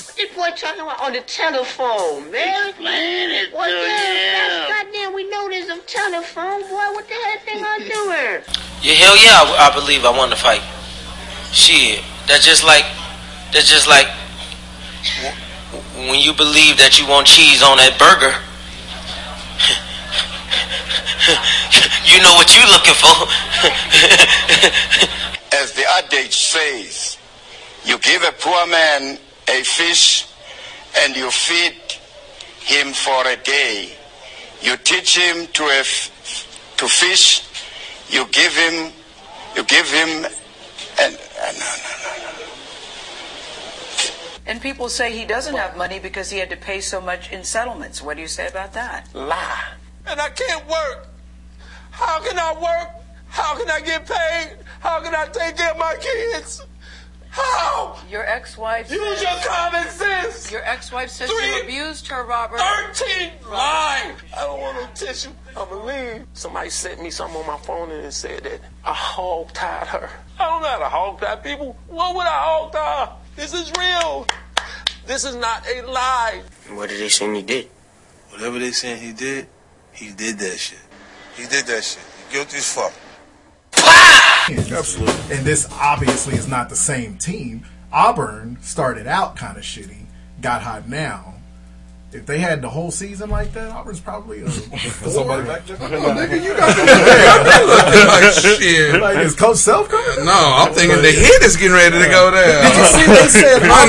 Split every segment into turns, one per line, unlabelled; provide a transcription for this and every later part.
What this boy talking about on the telephone, man?
Explain it
What
to
the
him.
hell? Goddamn, we know there's a telephone, boy. What the hell thing I doing?
Yeah, hell yeah, I, I believe I won the fight. Shit, that's just like, that's just like w- when you believe that you want cheese on that burger. you know what you looking for.
As the adage says, you give a poor man a fish and you feed him for a day. You teach him to, a f- to fish, you give him, you give him, and, and no, no, no.
And people say he doesn't have money because he had to pay so much in settlements. What do you say about that?
Lie.
And I can't work. How can I work? How can I get paid? How can I take care of my kids? How?
Your ex-wife.
Use your common sense.
Your ex-wife says
Three-
you abused her, Robert.
13 line.
Right.
I don't want no tissue.
I believe somebody sent me something on my phone and it said that I hog tied her. I don't know how to hog tie people. What would I hog tie? This is real. This is not a lie.
What did they say he did?
Whatever they saying he did, he did that shit. He did that shit. He guilty as fuck.
Absolutely. And this obviously is not the same team. Auburn started out kind of shitty, got hot now. If they had the whole season like that, Auburn's probably a
Somebody back there?
nigga, you got the
Like, shit.
Like, is Coach Self coming?
No, I'm thinking the hit is getting ready to go down.
Did you see they said
I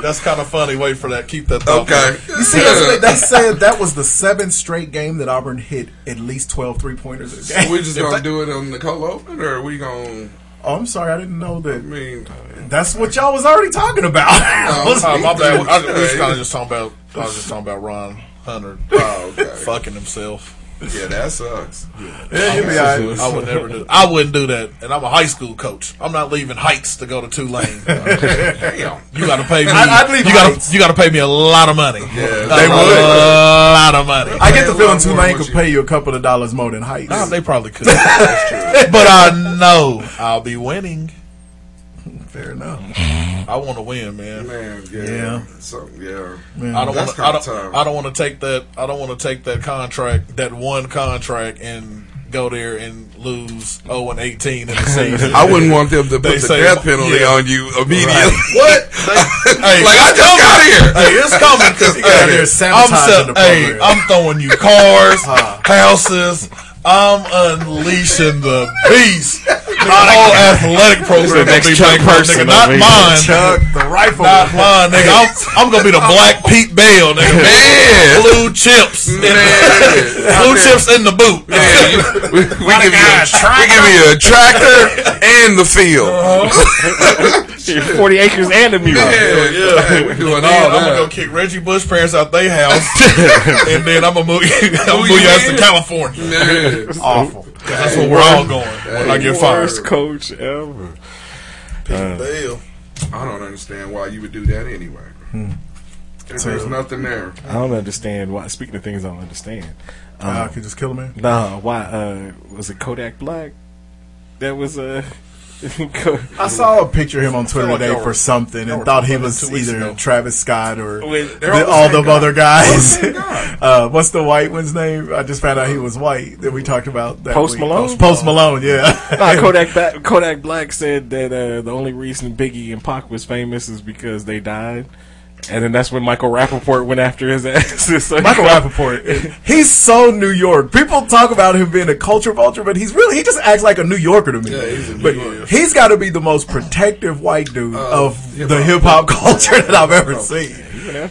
That's kind of funny. Wait for that. Keep that.
Oh. Okay.
You see, that's what they said that was the seventh straight game that Auburn hit at least 12 three pointers a game.
So we just
If
gonna
that-
do it on the cold open, or we gonna?
Oh, I'm sorry, I didn't know that. I
mean,
That's what y'all was already talking about.
Oh, my bad. I, we was kind of just talking about. I was just talking about Ron Hunter
Oh,
fucking himself.
yeah, that sucks.
Yeah, you'll be
I,
all right.
I would never do. I wouldn't do that. And I'm a high school coach. I'm not leaving Heights to go to Tulane.
Damn.
You got to pay me.
I- I'd leave
you got
Heights.
to you got to pay me a lot of money.
Yeah,
a
they would.
lot of money.
I get the feeling
Pay a lot more
Tulane
than
could
what
pay you a couple of dollars more than Heights.
Nah, they probably could. but I know I'll be winning.
Fair enough.
I want to win, man.
Man, yeah,
Yeah.
something, yeah.
I don't
That's
want.
kinda
I don't.
tough.
I don't want to take that. I don't want to take that contract. That one contract and go there and lose zero and eighteen in the season.
I wouldn't want them to
They
put the
say-
death penalty
yeah.
on you immediately.
What? They- Hey,
like I
it's
just got here.
Hey, it's coming because
You got there sabotaging the
hey,
program.
I'm throwing you cars,
Uh-huh.
houses. I'm unleashing the beast. My whole athletic program gonna be bankrupt, nigga. Not mine.
Chuck the rifle.
Not mine, nigga. I'm, I'm gonna be the Black Pete Bell, nigga.
Man.
blue chips,
Man.
blue chips in the boot.
Man, you, we, we give you a, we give you a tractor and the field.
40 acres and a mule.
Yeah, yeah. Hey, we doing all
Then I'm gonna go
that.
kick Reggie Bush parents out their house, and then I'm gonna move, I'm
Who
gonna
you
move your ass to
with?
California.
Man.
Awful.
'Cause that's where we're all going when I get fired.
Worst coach ever. Uh,
Damn.
I don't understand why you would do that anyway.
Hmm.
If There's nothing there.
I don't understand why. Speaking of things I don't understand,
Uh,
Uh,
Wow, I could just kill a man.
nah, why uh, was it Kodak Black? That was uh,
I saw a picture of him on
Feel
Twitter
like
today
y'all
for
were-
something
y'all
and
were
thought he
fucking
was
two weeks
either
ago.
Travis Scott or
Wait, they're
the,
all the same
all them
guy. Oh
other guys.
They're all the
uh, what's the white one's name? I just found out he was white that we talked about. That
Post
week.
Malone?
Post, Post Malone, yeah.
Nah, Kodak, ba- Kodak Black said that uh, the only reason Biggie and Pac was famous is because they died. And then that's when Michael Rappaport went after his ass. uh, So he
Michael
got-
Rappaport. He's so New York. People talk about him being a culture vulture, but he's really he just acts like a New Yorker to me.
Yeah, Uh, he's a New
but
Yorker.
he's got to be the most protective white dude of the hip hop culture that I've
Oh,
ever seen.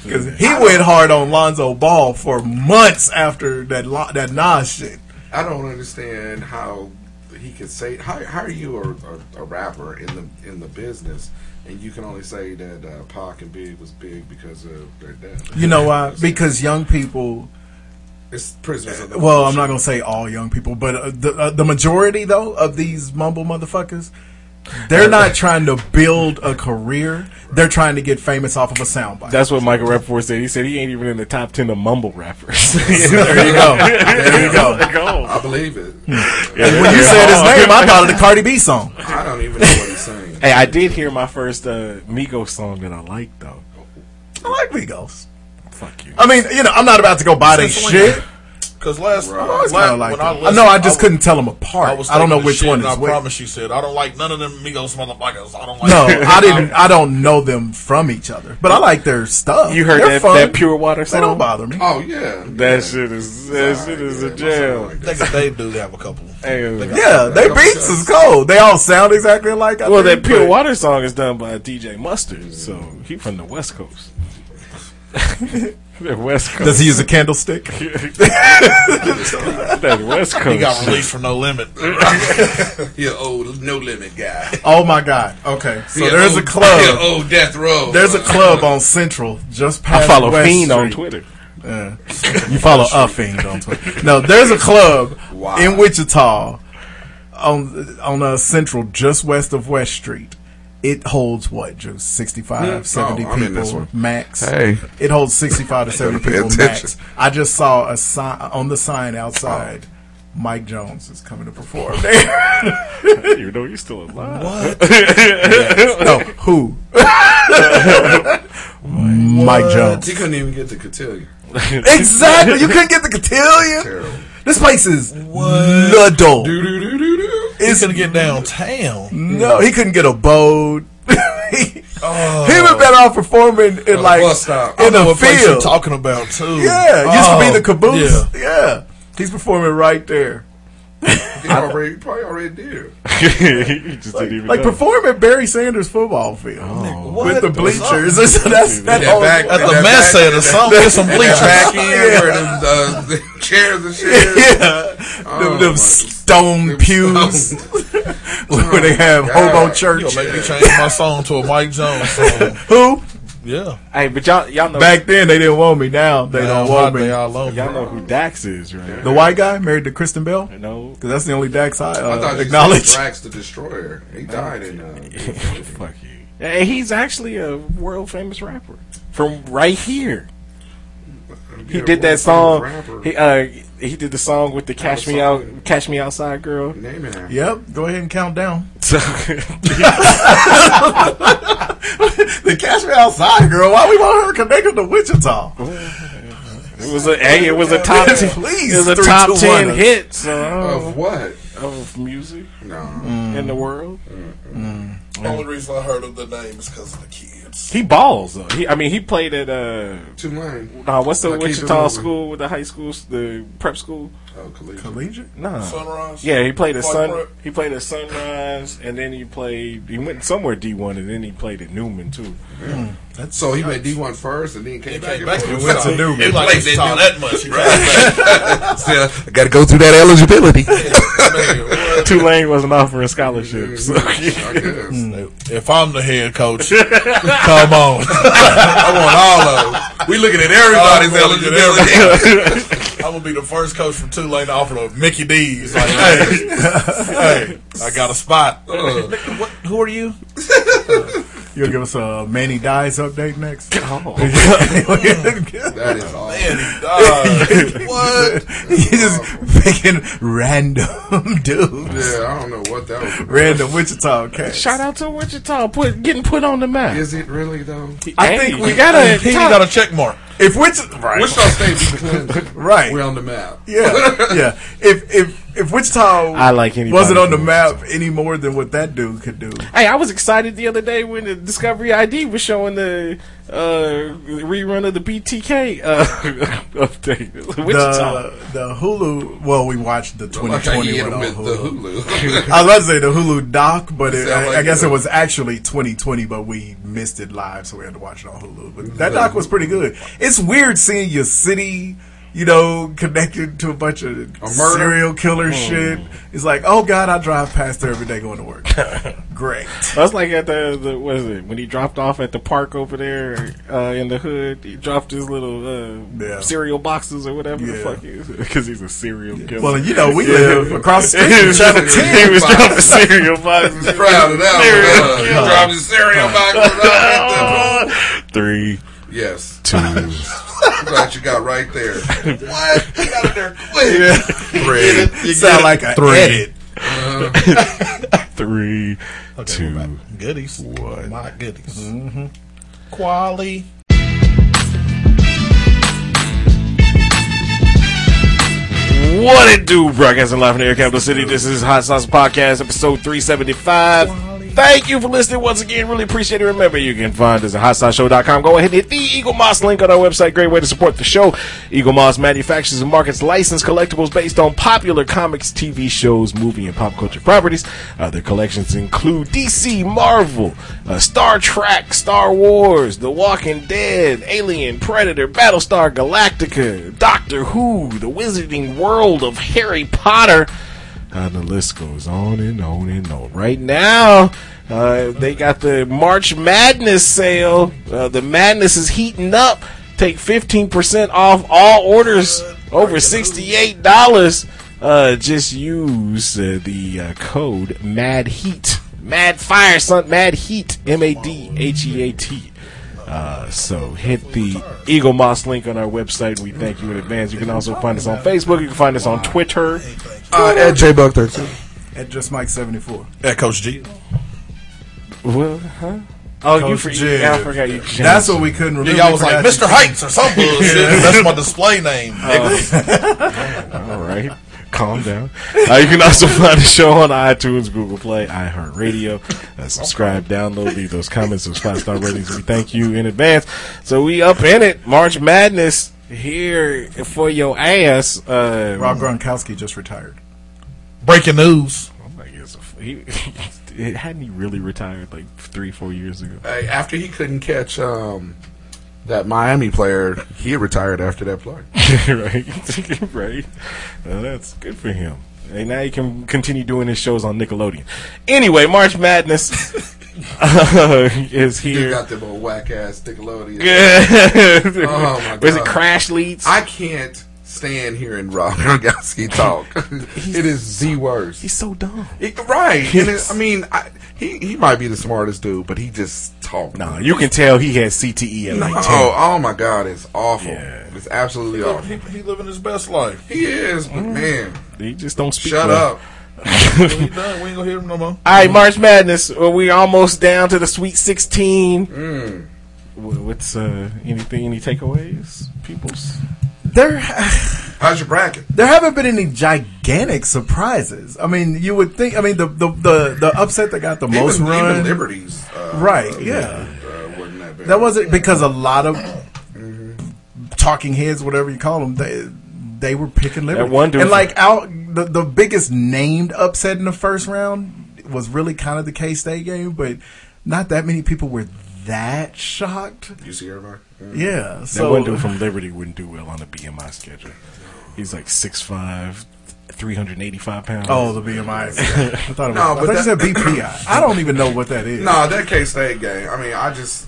Because he went hard on Lonzo Ball for months after that Lo- that Nas shit.
I don't understand how he could say how, how are you a, a, a rapper in the in the business and you can only say that uh, Pac and Big was big because of their death.
You know why? Because young people.
It's prisoners of the
Well, um, I'm not gonna say all young people, but uh, the uh, the majority though of these mumble motherfuckers, they're not trying to build a career. They're trying to get famous off of a soundbite.
That's what Michael Rappaport said. He said he ain't even in the top 10 of mumble rappers.
there you go. There you go. Hmm.
I believe it.
And when you said his name, I thought of the Cardi B song.
I don't even know what he's saying.
Hey, I did hear my first uh, Migos song that I liked, though.
I like Migos. Fuck you. I mean, you know, I'm not about to go buy their
Since
shit.
Because last,
I always
la-
kind of like
when I,
them. I
listened,
know I just
was-
couldn't tell them apart.
was
I don't know
taking the
which
shit,
one
and
is
I
which.
promise you said I don't like none of them Migos motherfuckers. I don't like.
No,
them.
I didn't. I don't know them from each other, but I like their stuff.
You heard
They're
that,
fun.
that Pure Water song?
They don't bother me.
Oh yeah,
That shit is that shit is a jail.
They, they do have a couple.
Yeah, they beats is cold. They all sound exactly alike. I
well, that
think,
Pure
but-
Water song is done by DJ Mustard, so he from the West Coast. the West Coast.
Does he use a candlestick?
that West Coast.
He got released from No Limit.
He an old no limit guy.
Oh my God! Okay, so
He
there's
old-
a club.
he a old death row.
There's a club on Central, just past.
I follow
West
Fiend on
Street.
Twitter.
Uh, you follow a fiend on Twitter. No, there's a club
Wow.
in Wichita on on uh, Central, just west of West Street. It holds what, Drew? 65,
Hmm.
70
Oh, I'm in this
people
one.
max.
Hey.
It holds 65 to
Gotta
70
pay
people max.
attention.
I just saw a sign on the sign outside. Mike Jones is coming to perform there.
you know you're still alive.
What? No, who? Mike Jones.
He couldn't even get to Cotillion.
Exactly. You couldn't get the cotillion. This place is little.
He's gonna get downtown.
No, he couldn't get a boat. He was better off performing in like
I
in
know
a
what place you're
field.
talking about too.
Yeah, it used to
Oh,
be the caboose. Yeah. he's performing right there.
He already, he probably already did.
you just didn't even
Like
know.
perform at Barry Sanders football field with the bleachers. So that's that
Oh,
That back-
that's
that
a
back-
mess
said or
that-
something, get some
that
bleachers.
Back end
Yeah.
where them, uh, the chairs and shit.
Yeah. Them, them stone pews where they have hobo
You'll
church.
make me change my song to a Mike Jones song.
Who?
Yeah.
Hey, but y'all y'all know
Back then they didn't want me. Now they
Now,
don't want
why
me.
they all love
y'all
me.
know who Dax is, right?
The white guy married to Kristen Bell.
No.
because that's the only Dax I,
I
uh,
thought acknowledge.
acknowledge.
Drax the Destroyer. He died in. Uh,
Fuck you. Hey, he's actually a world famous rapper from right here. He
Yeah,
did that
world-famous
song.
rapper.
He uh he did the song with the Cash Me Out,
song.
Cash Me Outside girl.
Name it. after-
Yep, go ahead and count down.
So
the Cash Me Outside girl. Why we want her connected to Wichita?
it was a hey, it was a top ten,
Please,
it was a
three,
top
two,
ten
one.
hit
Uh-huh.
so,
Of what?
of music
No.
in the world.
The only reason I heard of the name is because of the kids.
He balls though. He, I mean, he played at uh,
Too lame.
uh what's the
Lakeith
Wichita
Moving.
school with the high school, the prep school?
Oh, collegiate.
Collegiate.
No,
Sunrise.
Yeah, he played at
Like
Sun.
what?
He played at Sunrise, and then he played. He went somewhere D one, and then he played at Newman too.
So he made D1 first and then came back
Back to
and
Wichita.
That's a new
He
one.
like
Like they
Wichita
do.
that much. Right?
Still, I got to go through that eligibility.
Tulane wasn't offering scholarships. So.
I guess.
if I'm the head coach, come on.
I want all of them. We looking at everybody's
I'm gonna get
eligibility.
I'm gonna be the first coach from Tulane to offer to Mickey D's. Like, hey, hey, I got a spot. Uh, what, who are you?
You'll give us a Manny Dies update next. Oh.
that is all. Manny
what? You just picking random dudes.
Yeah, I don't know what that was.
Random Wichita cats.
Shout out to Wichita put, getting put on the map.
Is it really though?
I think we
got a
He got a check mark. If Wichita, right,
Wichita State be cleansed.
right,
We're on the map.
yeah, yeah. If if if Wichita,
I like anybody
wasn't on the
from
map any more than what that dude could do.
Hey, I was excited the other day when the Discovery ID was showing the uh, rerun of the BTK uh, update. Wichita.
The, the Hulu. Well, we watched the
Well, like I
2020
hit 'em
one on
with
Hulu.
the Hulu.
I was about to say the Hulu doc, but it,
Sound
I,
like
I guess
you.
it was actually 2020, but we missed it live, so we had to watch it on Hulu. But that doc was pretty good. It's weird seeing your city, you know, connected to a bunch of
murder? Hmm.
serial killer shit. It's like, oh god, I drive past there every day going to work. Great.
That's like at the, the what is it when he dropped off at the park over there uh, in the hood. He dropped his little uh,
Yeah.
cereal boxes or whatever the
Yeah.
fuck he is because he's a cereal killer.
Well, you know, we
Yeah.
live across the street
He
from
was
Channel
dropping- he
10.
was dropping cereal boxes.
Proud of that. one,
Cereal killer.
huh? Dropping cereal box. without hit
Three,
the- Yes.
two.
I'm glad you got right there. What? Get out of there quick.
Bread. You sound like a
Three.
edit.
Uh-huh.
Three, two.
Goodies.
What?
My goodies. Mm-hmm. Quali.
What it do, broadcasting live from the Air Capital City. This is Hot Sauce Podcast, episode 375. Thank you for listening once again. Really appreciate it. Remember, you can find us at hotsauceshow.com. Go ahead and hit the Eagle Moss link on our website. Great way to support the show. Eagle Moss manufactures and markets licensed collectibles based on popular comics, TV shows, movie, and pop culture properties. Uh, their collections include DC, Marvel, uh, Star Trek, Star Wars, The Walking Dead, Alien, Predator, Battlestar Galactica, Doctor Who, The Wizarding World of Harry Potter. And the list goes on and on and on. Right now, uh, they got the March Madness sale. Uh, the madness is heating up. Take 15% off all orders over $68. Uh, just use uh, the uh, code MAD HEAT. Mad Fire, son. Mad Heat. M A D H E A T. Uh, so hit the Eagle Moss link on our website. We thank you in advance. You can also find us on Facebook. You can find us on Twitter.
Uh, at J Buck 13.
At just Mike 74.
Yeah, Coach G.
Well, huh? Oh, you
Coach
for,
Jig.
yeah, I forgot you.
That's what we couldn't remember.
Yeah, y'all was
We
like
forgot
Mr.
you-
Heights or some bullshit. That's my display name. nigga.
All right. Calm down. Uh, you can also find the show on iTunes, Google Play, iHeartRadio. Uh, subscribe, download, leave those comments, those five star ratings. We thank you in advance. So we up in it. March Madness here for your ass. Uh,
Rob Gronkowski just retired.
Breaking news.
I'm like, it's a- Oh he, hadn't he really retired like three, four years ago?
Hey, after he couldn't catch um, that Miami player, he retired after that play.
right, right. Now that's good for him. And now he can continue doing his shows on Nickelodeon. Anyway, March Madness uh, is
You
here.
got them old whack ass Nickelodeon.
oh
my
Was it
God.
Crash Leads?
I can't stand hearing Rob Gronkowski talk. it is the worst.
He's so dumb.
It- right. And it- I mean, I, he he might be the smartest dude, but he just talks.
Nah, you can tell he had CTE E at
No.
like ten.
Oh, oh my God, it's awful.
Yeah.
It's absolutely
He,
awful.
he living his best life.
He is, but man,
Mm-hmm. He just don't speak.
shut
well.
up.
When he done, we ain't gonna hear him no more.
All right, March Madness. Well, we almost down to the Sweet Sixteen.
Hmm.
Wh- What's uh, anything? Any takeaways, peoples?
There.
How's your bracket?
there haven't been any gigantic surprises. I mean, you would think. I mean, the the the, the upset that got the most
even,
run,
even Liberties. Uh,
right?
uh,
Yeah,
Uh, wasn't that bad. Mm-hmm.
that wasn't because a lot of talking heads, whatever you call them, they they were picking Liberty.
one dude-
and like out the the biggest named upset in the first round was really kind of the K State game, but not that many people were that shocked.
You see Mm-hmm. everybody?
Yeah,
That
so
one dude from Liberty wouldn't do well on the BMI schedule. He's like 6'5", 385 pounds.
Oh, the BMI. I thought it was.
No,
I
but
thought you
that-
said BPI. I don't even know what that is.
No, that K State game. I mean, I just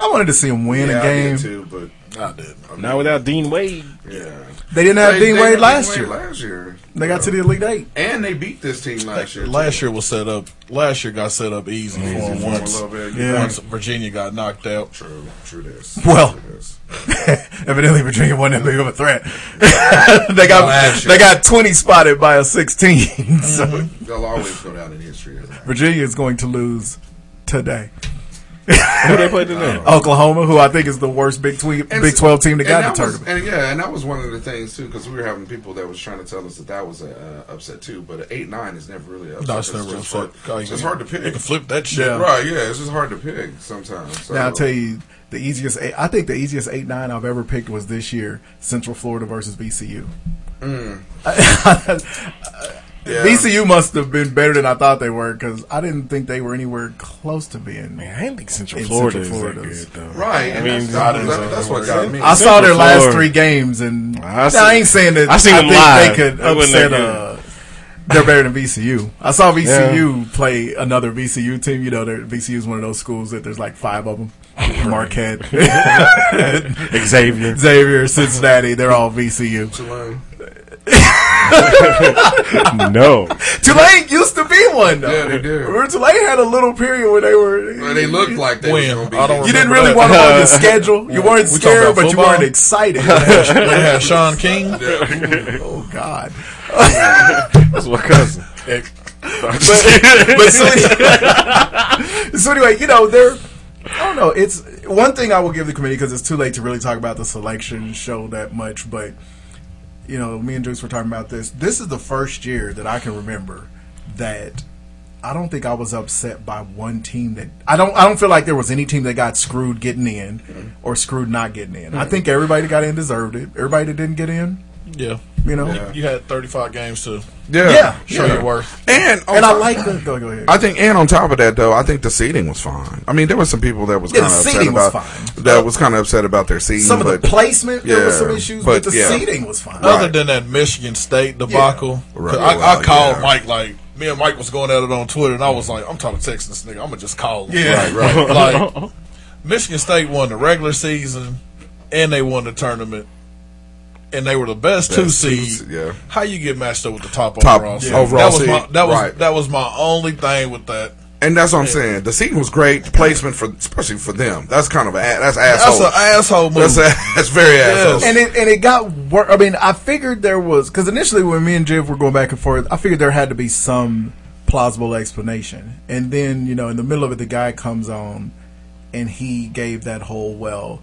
I wanted to see him win
yeah,
a
I
game.
did too, but I did. I mean,
Not without Dean Wade.
yeah.
They didn't have
They-
Dean
they
Wade
had
last
Wade
year.
Last year,
They got to the Elite Eight.
And they beat this team last year.
Last year was set up. Last year got set up easy,
Easy
for 'em
for 'em a
once.
little bit,
yeah.
Once Virginia got knocked out.
True, true. This.
Well, evidently Virginia wasn't that big of a threat. they got
Last year.
they got twenty spotted by a sixteen. so
They'll always go down in history. as that.
Virginia is going to lose today.
Who they play today?
Oklahoma, who I think is the worst Big, Twe-
And
Big
s-
Twelve team to
and
got
that
the
was-
tournament.
And yeah, and that was one of the things too, because we were having people that was trying to tell us that that was an uh, upset too. But an eight nine is never really an upset.
No, it's never
just
upset. Oh,
Hard, it's just hard to pick.
You can flip that shit.
right? Yeah, it's just hard to pick sometimes. So.
uh, Now I'll tell you the easiest. Eight, I think the easiest eight nine I've ever picked was this year: Central Florida versus VCU.
Mm.
Yeah. VCU must have been better than I thought they were because I didn't think they were anywhere close to being. Man, I didn't think
Central Florida is that good, though. Right,
and that's- that- that's what got me.
I saw their
Central
last
Florida.
three games, and
I
I,
see-
ain't saying that.
I
I,
seen them
think
live.
they could
They wasn't that
upset.
good.
Uh, they're better than VCU. I saw VCU play another VCU team. You know, VCU is one of those schools that there's like five of them. Marquette,
Xavier.
Xavier, Cincinnati. They're all VCU.
Tulane.
no.
Tulane used to be one. Though.
Yeah, they do.
Remember, Tulane had a little period where they were.
Well, they looked like they was gonna be.
I don't
You didn't
remember
really
that.
want them on the schedule. You weren't
We talking
scared,
about
but you
football?
weren't excited.
They had Sean King.
oh God.
That's my cousin.
but, but so, any- so anyway, you know, they're I don't know. It's one thing I will give the committee because it's too late to really talk about the selection show that much. But you know, me and Juice were talking about this. This is the first year that I can remember that I don't think I was upset by one team that I don't. I don't feel like there was any team that got screwed getting in or screwed not getting in. I
Mhm.
think everybody that got in deserved it. Everybody that didn't get in,
Yeah.
you know,
You, you had 35 games to
Yeah.
show
Yeah.
your worth. Oh,
And oh,
and I like the go, go ahead.
I think, and on top of that, though, I think the seating was fine. I mean, there were some people that was
Yeah, the
kind of upset
seating was
about that was kind of upset about their seating.
Some of the
but-
placement, there was
Yeah,
some issues, but, the
yeah.
seating was fine.
Other than that Michigan State debacle, 'cause I, I
Right,
called
yeah.
Mike like me and Mike was going at it on Twitter, and I was like, I'm talking to Texas nigga, I'm gonna just call. him."
Yeah.
Right, right.
like Michigan State won the regular season, and they won the tournament, and they were the best, two
Best two
seed.
se- yeah.
How you get matched up with the top,
Top
overall? seed.
overall
That was my,
seed,
that was
right.
that was my only thing with that.
And that's what I'm saying. The seating was great. The placement for, especially for them, that's kind of a, that's
That's
asshole.
an asshole move.
That's, a, that's very asshole.
And it and it got worse. I mean, I figured there was because initially when me and Jeff were going back and forth, I figured there had to be some plausible explanation. And then you know, in the middle of it, the guy comes on and he gave that whole well.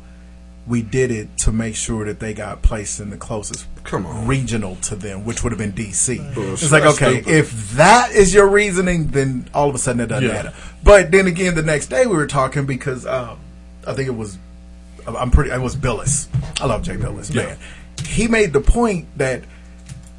We did it to make sure that they got placed in the closest
Come on.
regional to them, which would have been DC.
Bullshit.
It's like,
That's
okay,
stupid.
if that is your reasoning, then all of a sudden it doesn't
Yeah.
matter. But then again, the next day we were talking because um, I think it was I'm pretty. It was Billis. I love Jay Billis, man. He made the point that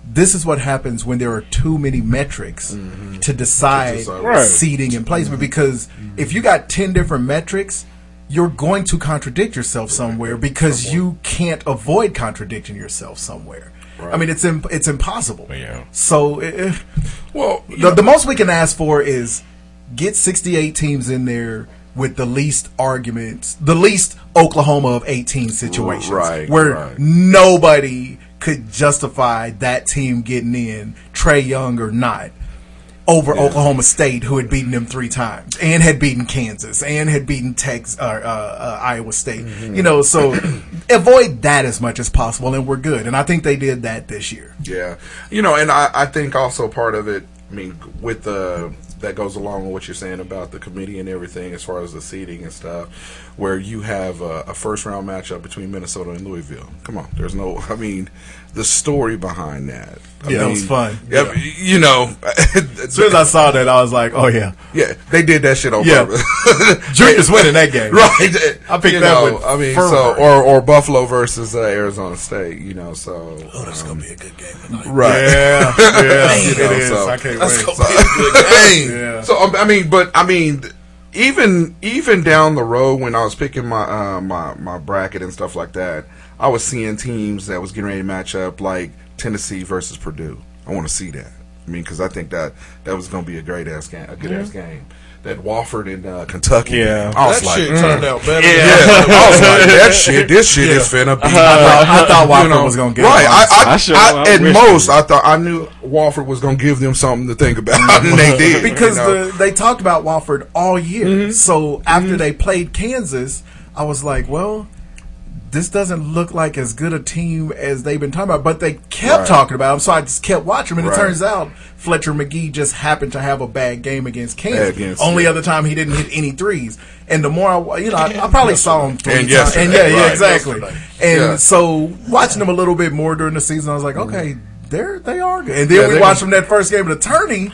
this is what happens when there are too many metrics Mm-hmm. to decide, Mm-hmm.
decide. Right.
seating and placement. Because if you got ten different metrics, you're going to contradict yourself somewhere because you can't avoid contradicting yourself somewhere. I mean, it's imp- it's impossible.
Yeah.
So, eh, eh,
well,
the, the most we can ask for is get 68 teams in there with the least arguments, the least Oklahoma of 18 situations,
Right,
where
right.
nobody could justify that team getting in, Trey Young or not. Over Oklahoma State, who had beaten them three times, and had beaten Kansas, and had beaten Texas, uh, uh, Iowa State,
Mm-hmm.
you know. So avoid that as much as possible, and we're good. And I think they did that this year.
Yeah, you know, and I, I think also part of it. I mean, with the that goes along with what you're saying about the committee and everything, as far as the seating and stuff, where you have a, a first round matchup between Minnesota and Louisville. Come on, there's no. I mean, the story behind that. I
Yeah, that was
mean,
fun.
yeah, You know,
As soon as I saw that, I was like, "Oh yeah,
yeah, they did that shit on
Yeah.
purpose.
Junior's winning that game.
right?
I picked
You
that
know,
with
I mean,
fervor.
so or or Buffalo versus uh, Arizona State. You know, so um,
Oh, that's gonna be a good game tonight.
Right.
Yeah, yeah,
You
it
know,
is.
so-
I can't
That's
wait.
gonna be a good game. So um, I mean, but I mean, even even down the road when I was picking my uh, my my bracket and stuff like that, I was seeing teams that was getting ready to match up like Tennessee versus Purdue. I want to see that. I mean, because I think that that was going to be a great ass game, a good ass game. that Wofford in uh, Kentucky.
Yeah.
I was
That
like, mm.
shit turned out better
Yeah,
than-
I was like, that shit. This shit
Yeah.
is finna be.
I thought- I thought Wofford was gonna get
right.
it.
I, I,
I sure-
I-
I
at
wish
most, I thought I knew Wofford was gonna give them something to think about, and they did
because
you know? Mm-hmm.
the, they talked about Wofford all year. So after they played Kansas, I was like, well, this doesn't look like as good a team as they've been talking about. But they kept
Right.
talking about them, so I just kept watching them. And
Right.
it turns out Fletcher McGee just happened to have a bad game against Kansas.
Against-
Only
yeah.
other time he didn't hit any threes. And the more I, wa- you know, I, I probably saw him three
And
times.
yesterday,
and yeah, yeah,
right,
exactly.
yesterday.
And
Yeah.
so watching them a little bit more during the season, I was like, okay, they're they are good. And then
Yeah,
we
they-
watched them that first game of the tourney.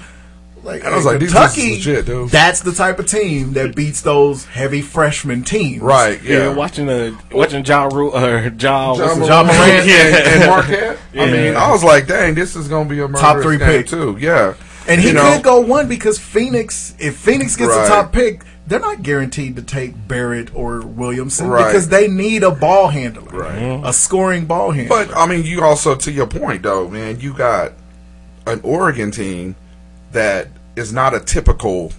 Like,
And I was like, these
Kentucky,
dudes is legit, dude.
that's the type of team that beats those heavy freshman teams.
Right, yeah.
Yeah, watching uh, watching John Ru- uh, John
John,
John
John
Morant.
Moran and, and Marquette. I mean, I was like, dang, this is gonna be a
Top
murderous
three
game,
pick.
too. Yeah,
And he
You know,
could go one because Phoenix, if Phoenix gets
Right.
a top pick, they're not guaranteed to take Barrett or Williamson
Right.
because they need a ball handler,
Right.
a scoring ball handler.
But I mean, you also to your point though, man, you got an Oregon team that is not a typical.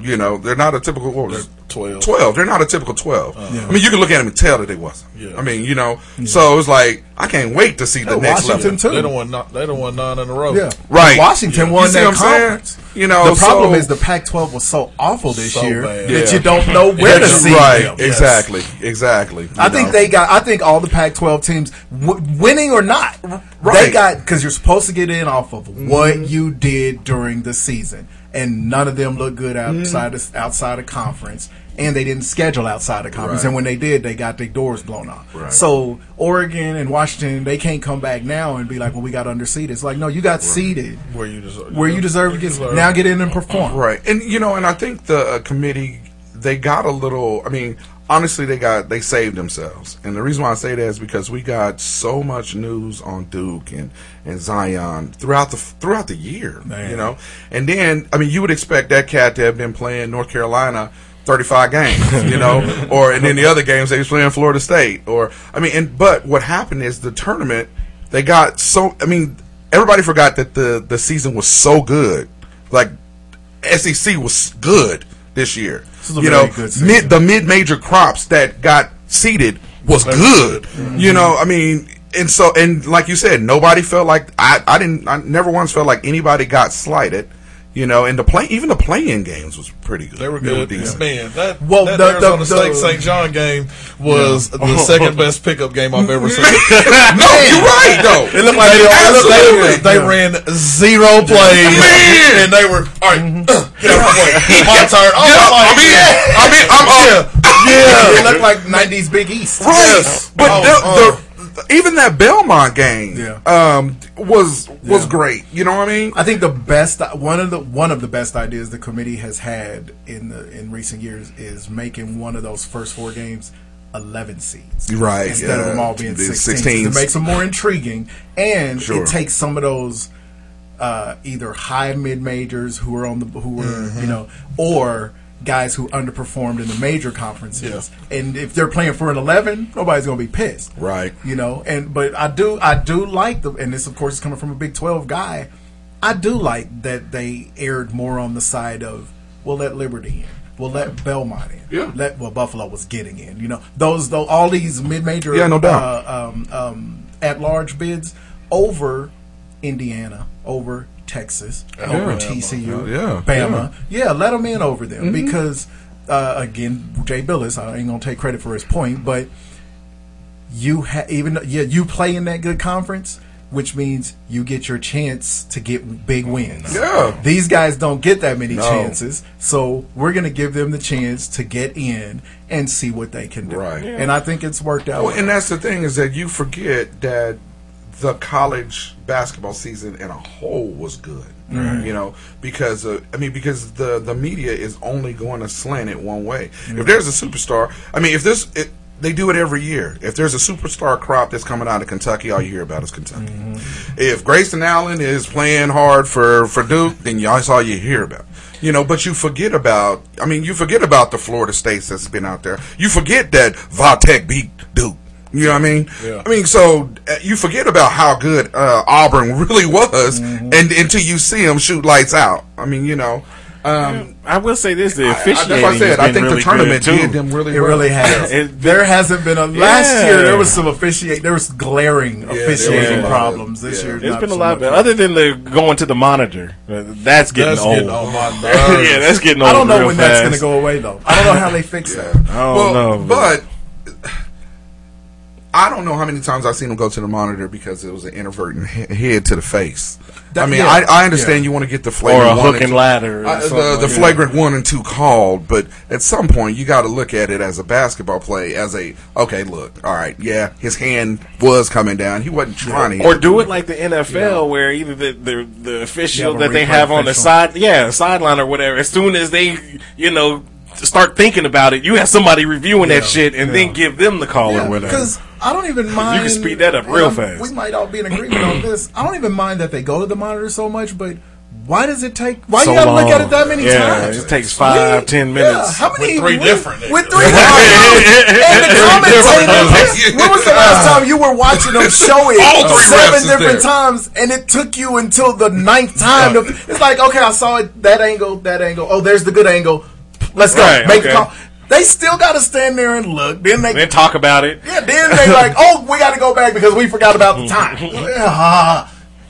You know, they're not a typical. What was it?
12.
Twelve. They're not a typical twelve.
Yeah.
I mean, you can look at them and tell that they wasn't.
Uh-huh. Yeah.
I mean, you know. So it's like I can't wait to see the
Hell,
next level.
They don't want not, they don't want nine in a row.
Yeah.
Right.
Washington
Yeah.
won
You see
that
what I'm saying?
conference.
You know,
the problem
so-
is the Pac-12 was so awful this
So
year
bad.
that
Yeah.
you don't know where to
That's
see
Right.
them.
Exactly. Exactly.
I
You
think
know.
they got. I think all the Pac-12 teams, w- winning or not, they
Right. Mm-hmm.
got because you're supposed to get in off of what you did during the season, and none of them looked good
Mm-hmm.
outside of, outside of conference, and they didn't schedule outside of conference,
Right.
and when they did, they got their doors blown off.
Right.
So Oregon and Washington, they can't come back now and be like, "Well, we got underseeded." It's like, no, you got seeded
Where you deserve.
where you deserve to get. Now get in and perform.
Right, and you know, and I think the uh, committee they got a little. I mean, honestly, they got they saved themselves, and the reason why I say that is because we got so much news on Duke and and Zion throughout the throughout the year. You know, and then I mean, you would expect that cat to have been playing North Carolina. 35 games, you know, or and then the other games they was playing Florida State, or I mean, and but what happened is the tournament they got so I mean everybody forgot that the the season was so good, like SEC was good this year.
was a
you
very
know,
good season.
mid, the mid-major crops that got seeded was good. You know, I mean, and so and like you said, nobody felt like I, I didn't I never once felt like anybody got slighted. You know, and the play even the playing games was pretty good.
They were good.
decent.
Man, that,
Well,
that
the- the-
Arizona
the-
State St. John game was the second best pickup game I've ever seen.
No, you're right though.
It looked like they,
Absolutely.
they, they ran zero plays,
Man.
and they were all right.
Mm-hmm.
uh, get out of the way. My turn. Oh,
Yeah,
my
I mean, yeah, I mean, I'm up.
yeah.
It looked like '90s Big East.
Right. But
Oh,
the-
oh.
the- even that Belmont game
Yeah.
um, was was great. You know what I mean?
I think the best one of the one of the best ideas the committee has had in the in recent years is making one of those first four games eleven seeds,
You're right,
Instead of
yeah.
them all being
The 16s.
sixteen, it makes them more intriguing, and
Sure.
it takes some of those uh, either high mid majors who are on the who are
Mm-hmm.
you know or guys who underperformed in the major conferences, and if they're playing for an eleven, nobody's going to be pissed,
Right.
you know and but i do i do like the and this of course is coming from a big 12 guy i do like that they aired more on the side of we'll let liberty in we'll let belmont in
Yeah.
let well buffalo was getting in you know those though all these mid-major
Yeah, no doubt.
uh, um, um, at-large bids over indiana over texas over tcu
Yeah, Mm-hmm.
bama yeah. let them in over them because uh, again jay billis i ain't gonna take credit for his point but you ha- even though- yeah you play in that good conference which means you get your chance to get big wins
Yeah.
these guys don't get that many
No.
chances so we're gonna give them the chance to get in and see what they can do
Right. Yeah.
and i think it's worked out
Well, and that's the thing is that you forget that the college basketball season in a whole was good. You know, because uh, I mean, because the the media is only going to slant it one way.
Mm-hmm.
If there's a superstar, I mean, if this. It, they do it every year. If there's a superstar crop that's coming out of Kentucky, all you hear about is Kentucky.
Mm-hmm.
If Grayson Allen is playing hard for, for Duke, then y'all, that's all you hear about. You know, but you forget about. I mean, you forget about the Florida States that's been out there. You forget that Vatek beat Duke. You know what I mean?
Yeah.
I mean, so uh, you forget about how uh,
Mm-hmm.
good uh, Auburn really was, and until you see them shoot lights out. I mean, you know, Um,
I will say this: the
I- I-
officiating.
that's what I said. I think the tournament did them
It
really. well.
really has.
It-
there hasn't been a last
Yeah.
year. There was some officiate. There was glaring
there was a
officiating
lot of-
problems this year.
It's
not
been a
so
lot,
much.
but other than the going to the monitor, uh, that's getting
That's
old.
getting on my nerves.
yeah, that's getting old.
I don't know
real
when that's
fast.
going to go away though. I don't know how they fix it.
I don't know, man.
But I don't know how many times I've seen him go to the monitor because it was an inadvertent he- head to the face.
That-
I mean,
yeah,
I, I understand
yeah.
you want to get the
Or
flagrant
a
one
hook and
two-
ladder or
uh, the
something like
the
that.
flagrant one and two called, but at some point you got to look at it as a basketball play. As a okay, look, all right, yeah, his hand was coming down. He wasn't trying to,
Or do it like the NFL, where either the the, the official
Yeah, but
that they
replay
have on the
official.
side, yeah, sideline or whatever. As soon as they, you know, start thinking about it, you have somebody reviewing that shit, and then give them the call or whatever.
Because I don't even mind.
You can speed that up real
and
fast.
We might all be in agreement on this. I don't even mind that they go to the monitor so much, but why does it take? Why
So
you got to look at
long.
it that many
Yeah,
times?
It just takes five, ten minutes.
how many?
three
we-
different
With three different. and the commentators. when was the last
Ah.
time you were watching them show it
All three refs
seven
is
different
there.
times, and it took you until the ninth time? To, it's like, okay, I saw it that angle, that angle. Oh, there's the good angle. Let's go.
Right,
Make
okay.
the call. They still got to stand there and look. Then they
Then talk about it.
yeah, then they like, oh, we got to go back because we forgot about the time. Yeah.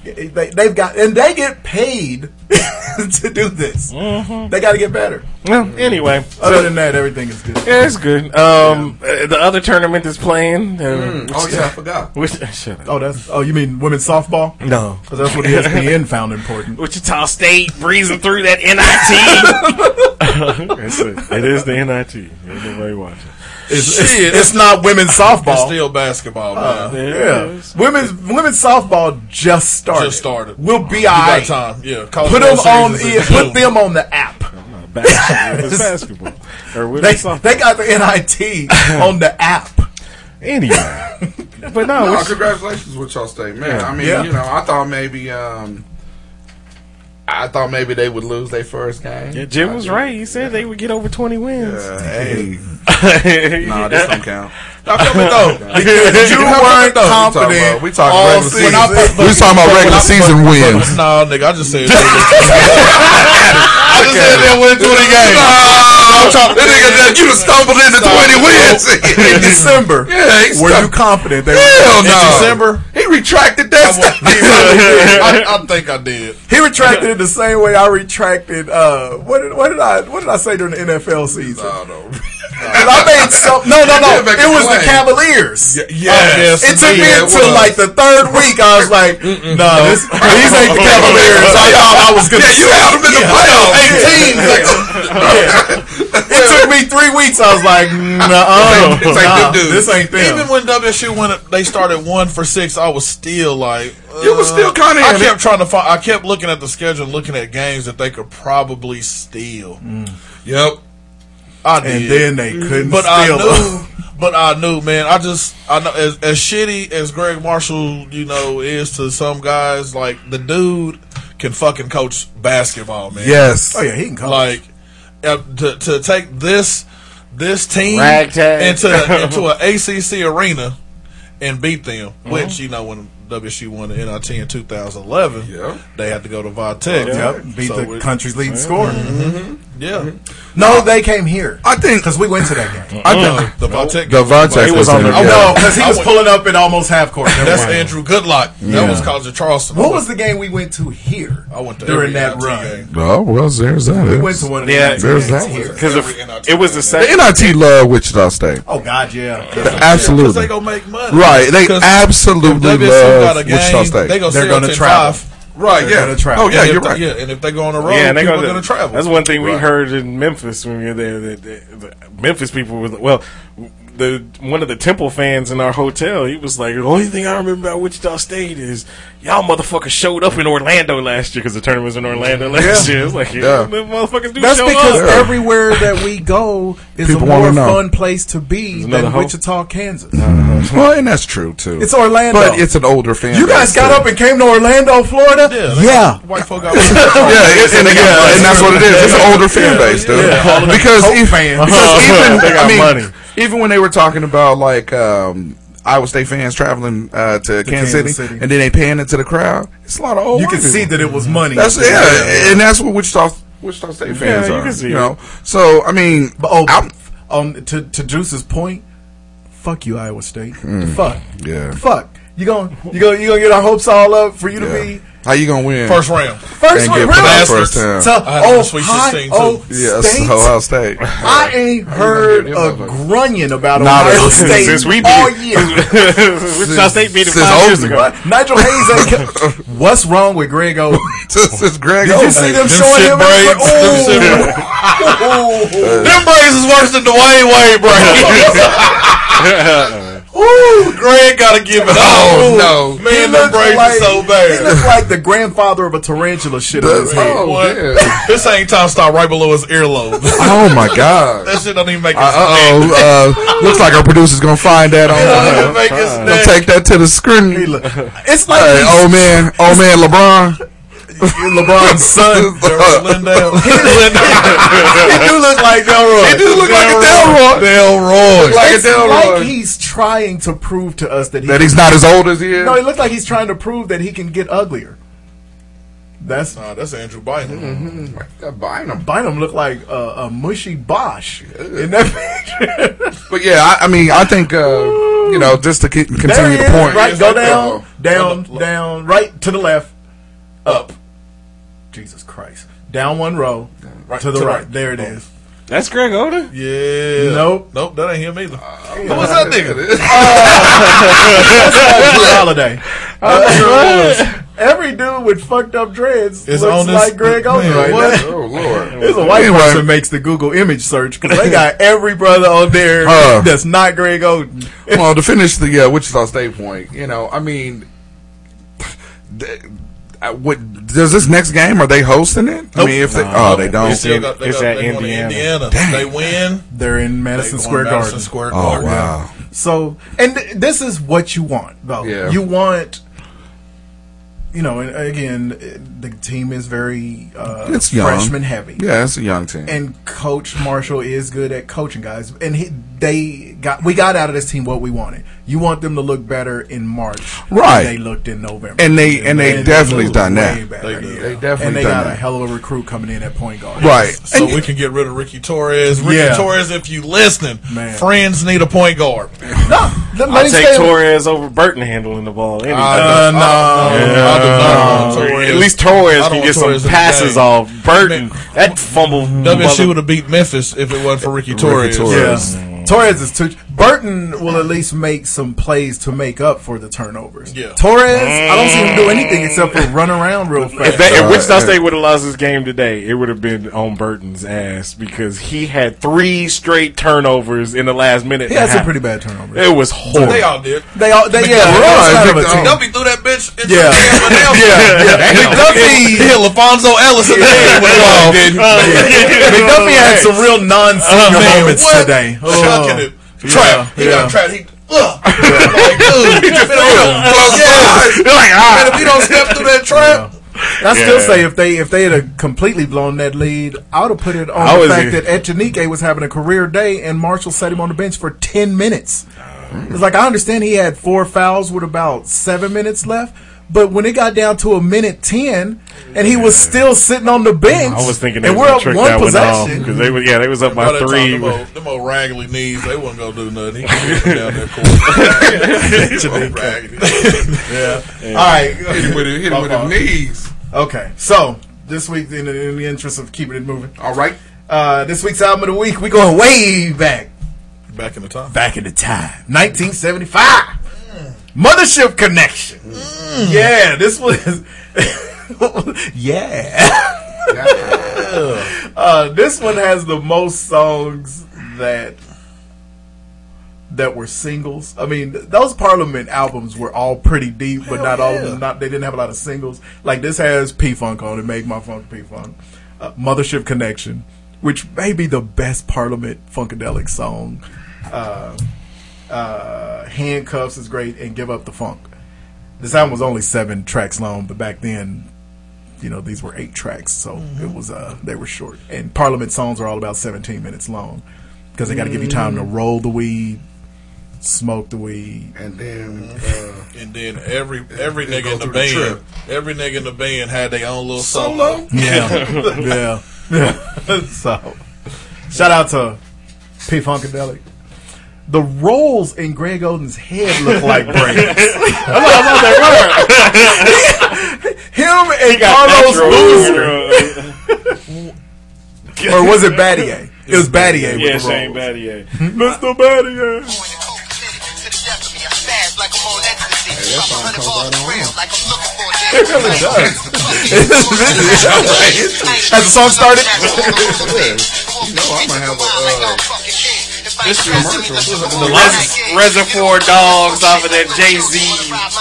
they, they've got, and they get paid to do this. They got to get better.
Well, anyway,
Other
so-
than that, everything is good.
Yeah, it's good. Um, uh, the other tournament is playing. uh,
Mm, oh,
which-
yeah, I forgot.
Which, uh, shut up.
Oh, that's. Oh, you mean women's softball?
No,
'Cause that's what E ESPN found important.
Wichita State breezing through that NIT. That's it. It is the NIT. Everybody watching.
It's,
it's- it's not women's softball.
It's still basketball,
Uh,
man.
yeah, women's women's softball just started.
Just started.
We'll be
You got
alright.
time. Yeah, college
Put them
World Series
on.
is in
E-
June.
Put them on the app.
Basketball. It's basketball. Or
They,
women's softball.
they got the NIT on the app.
Anyway, but no,
No,
it's-
Oh, congratulations with y'all state, man.
Yeah.
I mean,
Yeah.
you know, I thought maybe, um, I thought maybe they would lose their first game.
yeah, Jim was right. He said they would get over twenty wins.
Uh, hey, nah, this don't count. Now, come and
though, because you weren't
confident. We talking
all season.
about regular
When I put-
season. We was talking about
when I
regular
put-
season wins.
Nah, nigga, I just said. I just said they win twenty games.
That nigga just you done stumbled into twenty wins
in December.
Yeah, he
were
stuck-
you confident? They
Hell
were
no.
in December.
He retracted that stuff.
I, I think I did.
He retracted it the same way I retracted. Uh, what did, what did I what did I say during the NFL season? I
know.
I made so no no no.
You did make
It
a
was
claim.
the Cavaliers.
Y- yes.
it took me
Yeah, it
until
was.
like the third week. I was like, no, this, these ain't the Cavaliers. I thought I was gonna.
Yeah, you had him in the playoffs. Eighteen.
It took me three weeks. I was like, no,
This ain't them dudes.
this ain't them.
Even when WSU went, they started one for six. I was still like, uh,
You was still kinda
I
in it.
kept trying to find. I kept looking at the schedule, and looking at games that they could probably steal. Yep, I did.
Mm. and then they couldn't
but
steal.
I knew, but I knew, man. I just, I know, as, as shitty as Greg Marshall, you know, is to some guys, like the dude can fucking coach basketball, man.
Yes.
Oh, yeah, he can coach.
Like uh, to to take this this team
Ragtag.
into into an ACC arena and beat them,
Mm-hmm.
which you know when. WSU won the NIT in 2011.
Yeah.
They had to go to Vitech.
Yep, beat
So
the
it-
country's leading scorer.
Yeah.
No, they came here.
I think
because we went to that game. Mm-hmm. Oh,
I
No,
think
the Vitech.
the Vontae.
He was on the-
yeah.
No, because he
I
was
went-
pulling up at almost half court. Never
That's
mind.
Andrew Goodlock. That was College of Charleston.
What was the game we went to here
I went to
during
every
that
NIT
run?
game.
Oh well, there's that.
We went to one of the
Yeah,
yeah,
There's
games
that one.
here.
because
Every NIT
it was the
The
second.
NIT love Wichita State.
Oh God, yeah.
Absolutely.
Because they gonna make money.
Right, they
Because
absolutely
if WSU
love
got a
Wichita State.
They go
They're
they're
gonna
going to
travel.
travel. Right,
They're gonna travel.
Oh yeah,
And if
you're
they-
right.
Yeah, and if they go on the road,
Yeah, and they're
people
gonna,
are going to travel.
That's one thing we
Right.
heard in Memphis when we were there. That, that, that Memphis people was well, the one of the Temple fans in our hotel. He was like, "The only thing I remember about Wichita State is y'all motherfuckers showed up in Orlando last year because the tournament was in Orlando last year." It's like, yeah,
Yeah.
the motherfuckers do
That's
show
because
up.
everywhere that we go is
People
a more
wanna know.
fun place to be
another
than
hoe.
Wichita, Kansas.
Well, and that's true too.
It's Orlando.
but it's an older fan.
you guys
base,
got
too.
up and came to Orlando, Florida.
Yeah, they-
yeah.
White folk out.
yeah, it's, and, yeah, and that's what it is. It's an older fan base, dude. Because, e-
Uh-huh.
because even
They got
I mean,
money.
even when they were talking about like um, Iowa State fans traveling uh, to, Kansas,
Kansas
City,
City.
and then they pan into the crowd, it's a lot of old.
You
white
can see
people.
that it was money.
That's yeah, and that's what Wichita
Wichita State
Yeah,
fans
you
are.
can see
you
it.
know, so I mean,
But oh, on to to Juice's point, fuck you, Iowa State.
Mm.
Fuck,
Yeah.
fuck. You gonna you gonna you gonna get our hopes all up for you to be
how you gonna win
First round.
First
and
round, really?
get put out
Bastards.
first time?
So- I had them in Sweet Ohio 16 too.
Yeah,
State?
so Ohio State.
I ain't heard a grunion about
Not
Ohio
at all.
State
Since we beat-
all year.
Wichita State beat it Since five years Oakland. ago.
What? Nigel Hayes ain't co- What's wrong with Greg Oden?
Since Greg
Did you
Oden.
see them
Them
showing him?
shit braids, them shit
oh,
Them
braids is worse than Dwayne Wade braids. Ooh, Greg gotta give it
Oh,
all. man, the braids are so
He
bad.
looks like the grandfather of a tarantula shit on his head.
Oh, what? This ain't time stop right below his earlobe.
Oh my god.
that shit don't even make
Uh oh. Uh, looks like our producer's gonna find that on.
Make us
Gonna take that to the screen.
It's
like hey, old man, old man LeBron.
LeBron's son,
Lindell.
he do look like Delroy.
He do look like a Delroy.
Delroy.
Look
Like a
it's
Delroy.
like he's trying to prove to us that he
That he's not as old as he is?
No, he looks like he's trying to prove that he can get uglier. That's
nah, that's Andrew Bynum.
Uh,
Bynum. Bynum looked like a, a mushy Bosch in that picture.
But yeah, I, I mean, I think uh, you know, just to c-
There he
continue the
is,
point. Uh,
Right, go down, down, down, right to the left, up. Jesus Christ. Down one row,
Right
to the
to the
right.
right.
There it is.
That's Greg Oden?
Yeah.
Nope.
Nope, that ain't him either.
Uh,
Who was that nigga? Uh,
That's Holiday.
That's who it was.
Uh, Every dude with fucked up dreads
It's
looks
on this-
like Greg Oden
Man,
right
what?
now.
Oh lord.
It's a white
Anyway.
person makes the Google image search because they got every brother on there
Huh.
that's not Greg Oden.
Uh. well, to finish the uh, Wichita State point, you know, I mean, th- I- what does this next game? Are they hosting it? I
Nope.
mean, if they,
No.
oh, they don't.
They still got, they got, they going to Indiana. They win.
They're in
They go
Madison
in
Square
Madison
Garden.
Square
Oh,
Garden.
wow.
So, and th- this is what you want, though.
Yeah.
You want, you know, and again, the team is very uh,
It's young.
freshman heavy.
Yeah, it's a young team.
And Coach Marshall is good at coaching guys, and he, they got we got out of this team what we wanted. You want them to look better in March, than
Right.
They looked in November,
And they- and they definitely
looked
done
way
that.
better,
They-
yeah.
they definitely
and they
done
got a
that.
hell of a recruit coming in at point guard,
Right.
So we can get rid of Ricky Torres. Ricky
Yeah.
Torres, if you listening,
Man.
friends need a point guard.
Let- let
I'll
him
take
stay-
Torres over Burton handling the ball. any day.
Uh, no. I do not want Torres.
At least
I
Torres
don't
can
want
get some
Torres in the
passes
game.
off. Burton, that fumble.
WSU
mother-
would have beat Memphis if it wasn't for Ricky Torres.
Yeah. Torres is too. Burton will at least make some plays to make up for the turnovers.
Yeah.
Torres, I don't see him do anything except for run around real fast.
If, that, if Wichita State would have lost this game today, it would have been on Burton's ass because he had three straight turnovers in the last minute.
He
and a
had some
half.
pretty bad turnovers.
It was
They
horrible.
all did.
They all, they, yeah,
Because-
that's kind of a team.
Dumpy threw that bitch into
Yeah.
the air, but now-
Yeah, yeah.
McDuffie hit LaFonso Ellis in the head with
Yeah.
it all.
McDuffie had some real
Oh,
non-senior moments
what?
today.
Chucking it. Trap. He
yeah.
got trapped. He, ugh. like, dude, if it don't- yeah.
ah.
Man, if he don't step through that trap,
Oh. I still
Yeah.
say if they if they had completely blown that lead, I would have put it on
I
the
was
fact
in-
that Echenique was having a career day and Marshall sat him on the bench for ten minutes. It's like I understand he had four fouls with about seven minutes left, but when it got down to a minute ten and he was still sitting on the bench,
I was thinking they
and
were
we're
gonna
up
trick
one
that one off
possession.
because they were yeah they was up
by
by
that time,
three.
them old, them old raggedy knees, they wasn't gonna do nothing. He could get down that court. Old raggedy.
Yeah.
Yeah.
All right.
hit him with, his- hit him with his
Ball.
knees.
Okay, so this week, in the, in the interest of keeping it moving,
All right.
uh, this week's album of the week, we going way back,
Back in the time.
back in the time, 1975, Mothership Connection. Yeah, this was, yeah. uh, this one has the most songs that that were singles. I mean, th- those Parliament albums were all pretty deep, but not all of them. Not they didn't have a lot of singles. Like this has P Funk on it, make my funk P Funk, uh, Mothership Connection, which may be the best Parliament funkadelic song. Uh, uh, Handcuffs is great, and Give Up the Funk. This album was only seven tracks long, but back then, you know, these were eight tracks, so
Mm-hmm.
it was uh they were short. And Parliament songs are all about seventeen minutes long because they got to give you time to
Mm-hmm.
roll the weed, smoke the weed, Mm-hmm.
And then uh,
And then every every
They
nigga
go
in the
through the
band,
trip.
every nigga in the band had their own little solo.
solo.
Yeah, yeah.
so, shout out to P Funkadelic. The rolls in Greg Oden's head look like braids. I was like, that word. Him and Carlos Boozer. or was it Battier? It was Battier.
Yeah,
with the
Shane
rolls. Hmm?
Battier.
Mr. Battier. It really does. Has the song started?
You know, I might have a. Uh,
This
the
last Reservoir Dogs off of that Jay Z,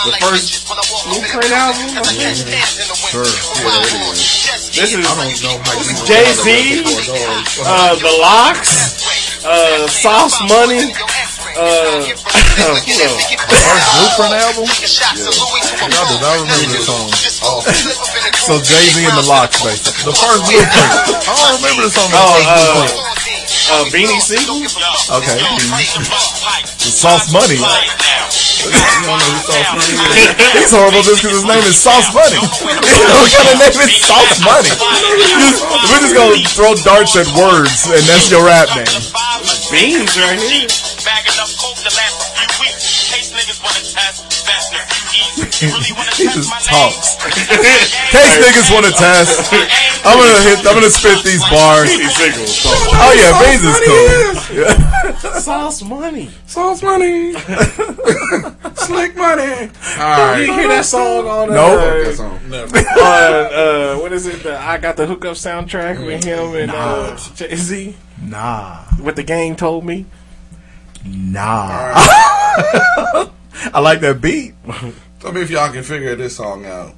the first Blueprint album. I think.
Sure. Yeah, it is.
This is
I don't know how you know
Jay
about
Z,
the Reservoir Dogs.
uh, The Locks, uh, Sauce Money. Uh,
Blueprint album? Y'all did. I remember the song. So Jay Z and the Locks, basically. The first Blueprint. I don't remember the song.
Oh,
The first Blueprint.
uh, uh, Beanie Siegel.
Okay. The Sauce Money. He's horrible just because his name is Sauce Money. what kind of name is Sauce Money? Just- we're just going to throw darts at words, and that's your rap name.
Beans right here.
he just talks. Case niggas want to test. I'm gonna hit. I'm gonna spit these bars. Oh yeah, Beans is cool. Yeah.
Sauce Money.
Sauce money. Slick money. Alright.
You hear that song on uh,
Nope. Fuck that song.
on uh, what is it? The I got the hookup soundtrack with him and uh, Jay Z.
Mm. Nah,
What the gang told me.
nah. I like that beat.
Tell me if y'all can figure this song out.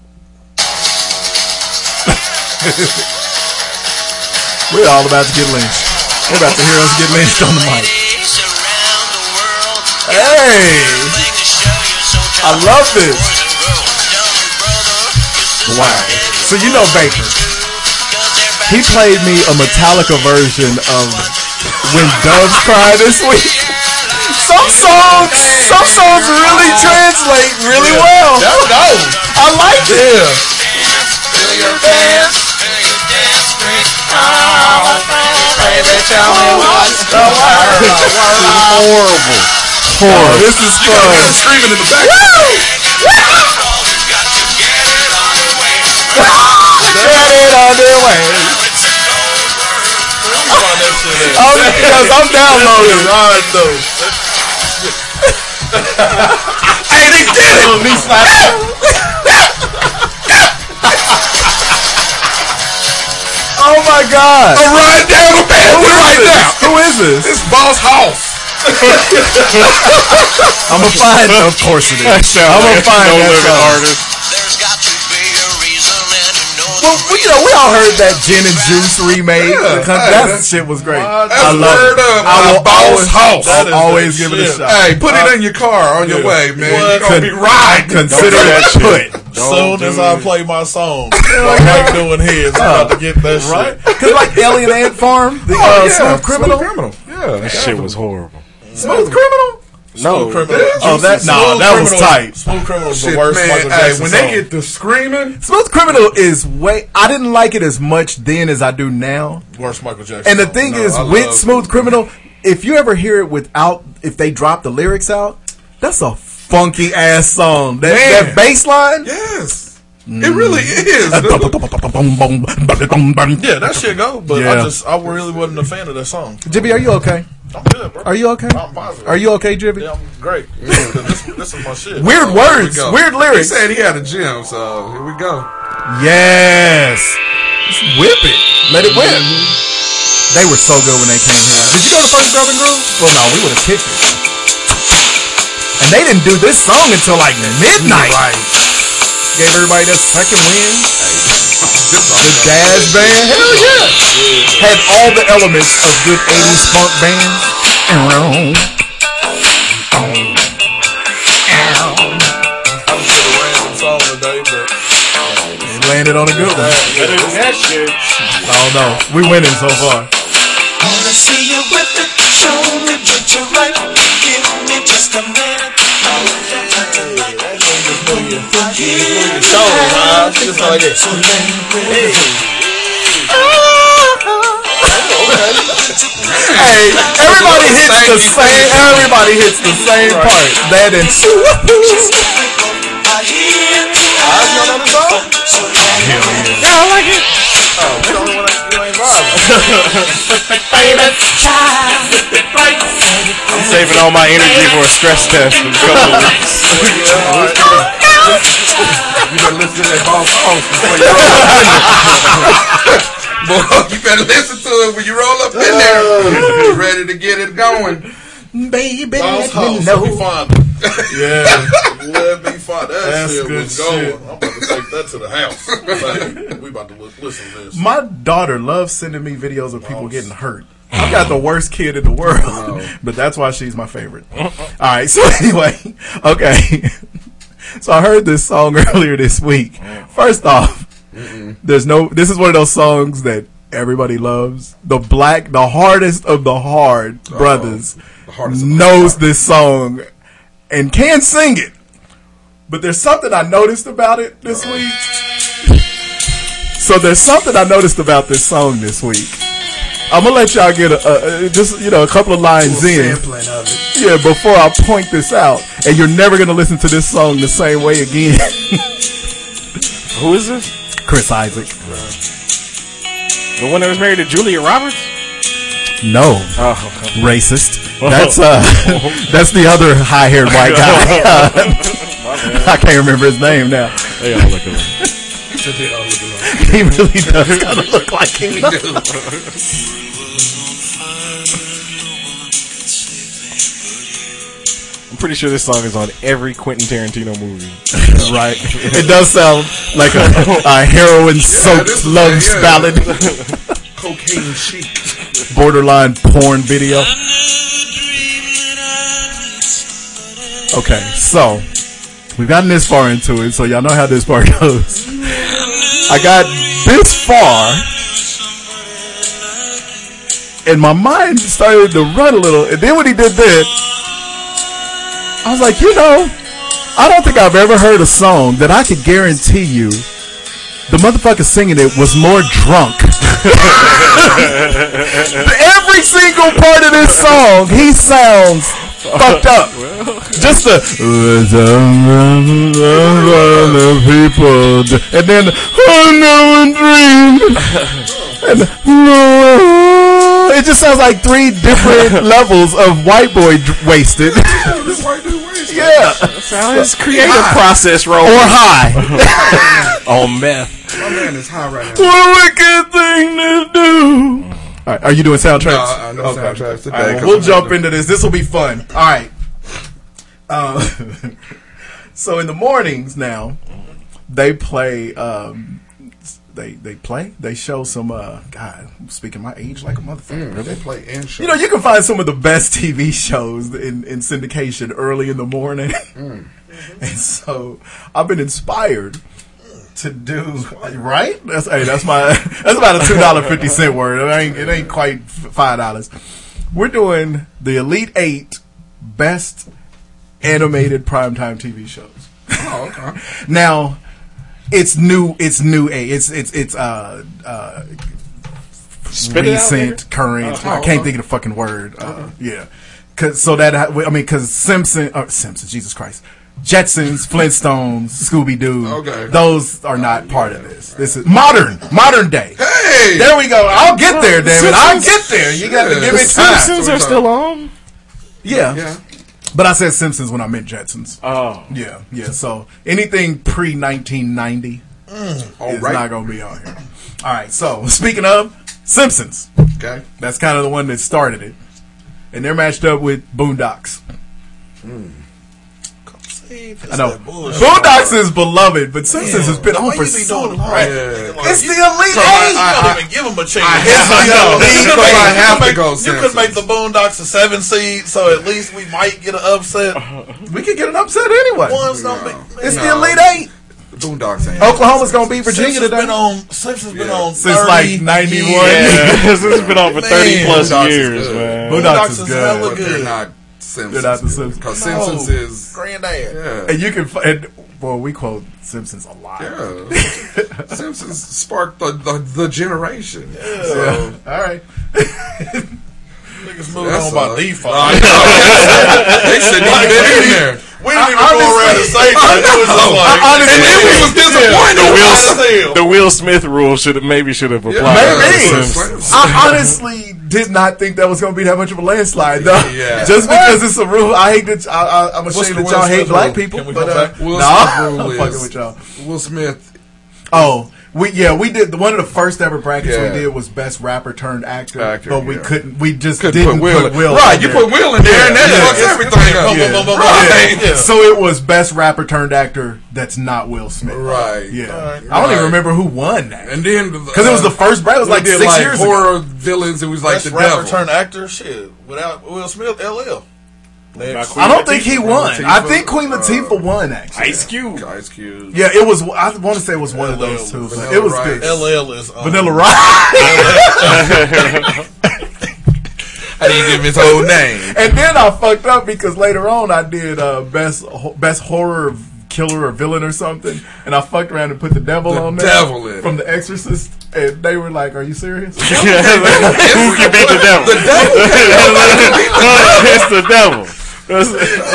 We're all about to get lynched. We're about to hear us get lynched on the mic. Hey, I love this. Wow. So you know Baker. He played me a Metallica version of When Doves Cry this week. Some songs, some songs really translate really well.
That was dope.
I like it.
horrible.
Horrible. This is
You got
fun.
him screaming in the back.
Get it on their way. Oh, because I'm downloading. hey, they did it. oh my God.
I'm right down the
Who
pathway
is
right
this?
now.
Who is this?
It's Boss Hoff.
I'm gonna find. Of course it is. I'm gonna find that song. Well, we, you know, we all heard that Gin and Juice remake.
Yeah,
The con-
hey,
that,
that-
shit was great.
That's
I love
word
it.
up.
I will
Boss
always,
Hoss.
I'll
That is
always
the
give it a
shit.
shot.
Hey, put it in your car on your
yeah.
way, man.
What?
You're gonna be riding.
Consider
Don't
it
do that shit.
put.
Soon as I play my song, like doing his, I'm about to get that
Right?
shit.
Because like Alien Ant Farm, the
Oh,
uh,
yeah,
Smooth Criminal.
Criminal. Yeah.
That shit was horrible.
Smooth Criminal?
No,
Oh, that, nah,
Smooth
that was
Criminal-
tight.
Smooth Criminal was
Shit,
the worst
man.
Michael
Hey,
Jackson
when
song.
they get the screaming,
Smooth Criminal is way. I didn't like it as much then as I do now.
worst Michael Jackson.
And the
song.
thing
No,
is,
I
with
love-
Smooth Criminal, if you ever hear it without, if they drop the lyrics out, that's a funky ass song. That, that
Man.
bass line.
yes, it really is.
yeah, that shit go. But
Yeah.
I just, I really wasn't a fan of that song.
Jibby, are you okay?
I'm good, bro.
Are you okay?
I'm positive.
Are you okay, Jibby?
Yeah, I'm great. this, this is my shit.
Weird
Here we
words,
go.
weird lyrics.
He said he had a gym, so here we go.
Yes. Whip it. Let it whip. They were so good when they came here. Did you go to first Grub and Groove? Well, no, we would have kicked it. And they didn't do this song until like midnight. Gave everybody that second win. The jazz band. Hell yeah. Had all the elements of good 80s funk bands.
I'm sure the random song today, but
It landed on a good one.
Better than that shit.
I don't know. We winning so far.
it's just like this.
Ah, Hey, everybody hits the same. Everybody hits the same part. That and
Yeah, I like it.
I'm saving all my energy for a stress test in a couple of weeks.
You better listen to that boss post before you roll up in there. Boy, you better listen to it when you roll up in there. You ready to get it going.
baby,
Boss
let me
hoes,
know.
let me find
Yeah.
Let me find that
That's
shit
good
was going.
shit.
I'm about to take that to the house. Like, we about to look, listen to this.
My daughter loves sending me videos of people getting hurt. I've got the worst kid in the world, but that's why she's my favorite. All right, so anyway, okay. So I heard this song earlier this week. First off, there's no. This is one of those songs that everybody loves. The black, the hardest of the hard brothers knows this song and can sing it. But there's something I noticed about it this week. So there's something I noticed about this song this week. I'm gonna let y'all get a, a, just you know a couple of lines in. Yeah, before I point this out, and you're never gonna listen to this song the same way again.
Who is this?
Chris Isaac.
The one that was married to Julia Roberts?
No,
Oh, okay. Oh.
racist. That's uh, that's the other high-haired white guy. I can't remember his name now.
They all look alike.
He really does kind of look like him.
I'm pretty sure this song is on every Quentin Tarantino movie.
right. It does sound like a, a heroin-soaked
this is-
love's
yeah.
ballad.
Cocaine chic.
borderline porn video. Okay, so we've gotten this far into it, so y'all know how this part goes. I got this far, and my mind started to run a little, and then when he did that, I was like, you know, I don't think I've ever heard a song that I could guarantee you the motherfucker singing it was more drunk. Every single part of this song, he sounds fucked up. Just the people, and then oh no one dream, and no. It just sounds like three different levels of white boy d- wasted. yeah,
his creative process roll.
or high.
on Oh, meth.
My man is high right now.
What a wicked thing to do. All right, are you doing soundtracks?
No, uh, no soundtracks today,
All right, well,
'cause
we'll
I'm
jump
gonna-
into this. This will be fun. All right. Um, so in the mornings now, they play. Um, they they play. They show some. Uh, God, I'm speaking my age like a motherfucker.
Mm, They play and show.
You know, you can find some of the best TV shows in, in syndication early in the morning.
Mm.
and so I've been inspired to do right. That's hey, that's my that's about a two dollar fifty cent word. It ain't it ain't quite f- five dollars. We're doing the Elite Eight best animated primetime TV shows.
Oh, okay.
Now, it's new. It's new. A. It's it's it's uh uh
it out,
recent, current. I
Uh-huh.
can't think of the fucking word. Uh, yeah, cause so that I I mean, cause Simpson, uh, Simpson, Jesus Christ, Jetsons, Flintstones, Scooby Doo.
Okay. Uh,
those are not part of this. This is modern, modern day.
Hey!
There we go. I'll get there, David. I'll
Simpsons-
get there. You got to
Yeah.
give
The
it time.
Simpsons are still on.
Yeah.
Yeah.
but I said Simpsons when I meant Jetsons.
Oh,
Yeah, yeah. So anything pre nineteen ninety
Mm,
All
is not
right.
gonna be on here. All right. So speaking of Simpsons,
Okay.
that's kind of the one that started it, and they're matched up with Boondocks.
Mm.
I know Boondocks is beloved, but Simpsons has been on for so long. It's the elite eight.
I, I, even give him a chance.
I
Oh,
know.
You could
Because
make-
I
you could
have to
make-
go
You could
Simpsons.
make the Boondocks a seven seed, so at least we might get an upset.
We could get an upset anyway.
Ones don't make.
Oh, It's the
No.
elite eight.
The Boondocks ain't.
Oklahoma's gonna beat Virginia
Simpsons
today.
been on. um, Simpsons been on
Since,
30
like, 91.
years.
yeah, this has been on for thirty
Man,
plus
Boondocks is
years,
good.
man.
Boondocks
Boondocks
is
is
good.
hella
But they're
good.
not Simpsons.
They're not the Simpsons.
Because
No.
Simpsons is.
Granddad.
Yeah.
And you can find. Well, we quote Simpsons a lot.
Yeah. Simpsons sparked the, the, the generation. So,
All right.
niggas moved
That's
on by
a-
default.
Nah, I know. They shouldn't even been in there.
We didn't even
I
go around and
honestly-
say
I
that. It was just
know. I honestly-
like, and it was disappointing.
The Will,
Hot as hell.
the Will Smith rule should have maybe should have applied.
Maybe.
to Simpsons.
I honestly did not think that was going to be that much of a landslide, though.
Yeah.
Just because it's a rule, I hate that. I, I, I'm
What's
ashamed
the
that
Will
y'all hate
Smith
black
rule?
people.
Can we
but,
go
uh,
back? Will
nah,
Smith rule
I'm fucking
is-
with y'all.
Will Smith.
Oh, we yeah, we did the one of the first ever brackets
Yeah.
we did was best rapper turned actor,
Actor,
but we
yeah.
couldn't. We just
Couldn't
didn't
put Will
put
in-
Will.
Right,
in
you put Will in there and that fucks everything up.
Yeah.
Boom, boom, boom, boom,
Right.
boom. Yeah.
So it was best rapper turned actor. That's not Will Smith.
Right.
Yeah.
Right.
I don't
Right.
even remember who won that.
And then uh,
because it was the first bracket. It was
we
like
did,
six years ago.
horror villains. It was like
Best
the
rapper
devil.
turned actor. Shit, without Will Smith, LL. Next.
I don't think he won. I
Latifah.
think
uh,
Queen Latifah won actually.
Ice Cube.
Ice Cube.
Yeah, it was. I want to say it was one of those two. But it was good.
LL is um,
Vanilla Rice.
I didn't give him his whole name.
and then I fucked up because later on I did uh, best ho- best horror killer or villain or something, and I fucked around and put the devil
The
on there
devil in it.
from The Exorcist, and they were like, "Are you serious?"
Who can beat the devil? The
devil.
it's the devil. That's, that's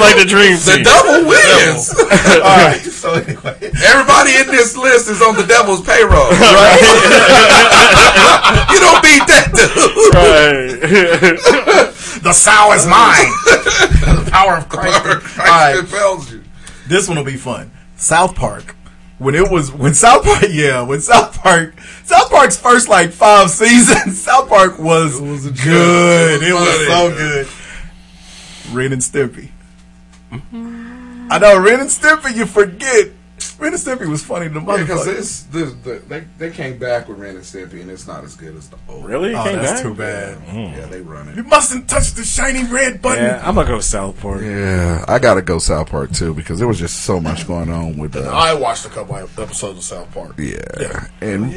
like the dream team.
The devil wins. All right. So anyway, everybody in this list is on the devil's payroll. Right? you don't beat that dude.
the sow is mine. the power of Christ. All right.
you.
This one will be fun. South Park. When it was when South Park, yeah, when South Park, South Park's first like five seasons, South Park was, good. It was so good. Ren and Stimpy. I know Ren and Stimpy. You forget Ren and Stimpy was funny to
Because
motherfucker.
this, this, the, they, they came back with Ren and Stimpy, and it's not as good as the old.
Really?
Oh,
Came
that's
back?
too
Mm.
bad.
Yeah, they run it.
You mustn't touch the shiny red button.
Yeah, I'm gonna go South Park.
Yeah, I gotta go South Park too because there was just so much going on with that.
I watched a couple of episodes of South Park.
Yeah. And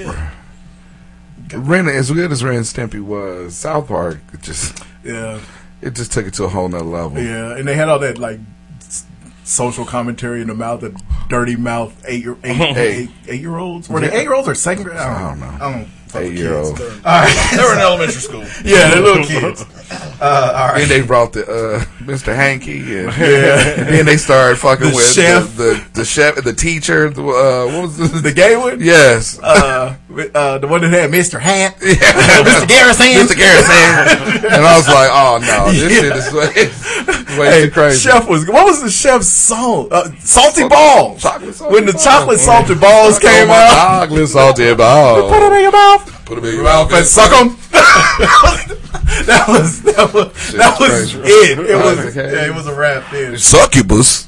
Ren, as good as Ren and Stimpy was, South Park it just
Yeah.
it just took it to a whole nother level.
Yeah, and they had all that like s- social commentary in the mouth, the dirty mouth eight year eight eight, eight, year olds. Were they
Yeah.
eight year olds or second grade? I don't, know. I don't fuck with
Eight year old.
kids. All right.
They were in elementary school.
yeah, they're little kids. Uh, all right.
Then they brought the uh, Mr. Hanky, and,
Yeah.
and then they started fucking
The
with
chef.
The, the the chef, the teacher. The, uh, what was the,
the gay one?
Yes,
Uh, with, uh, the one that had Mr. Hat, Mr. Garrison,
Mr. Garrison. and I was like, oh no, this
Yeah.
shit is way, way
Hey,
too crazy.
Chef was what was the chef's song? Uh, salty balls.
Salty
when the
Balls. Mm.
chocolate salted balls came
my
out,
dog, little salty ball.
put it in your mouth.
Put it in your mouth
But suck 'em. that was that was that was
crazy.
it. It was
Okay.
yeah, it was a rap then.
Succubus.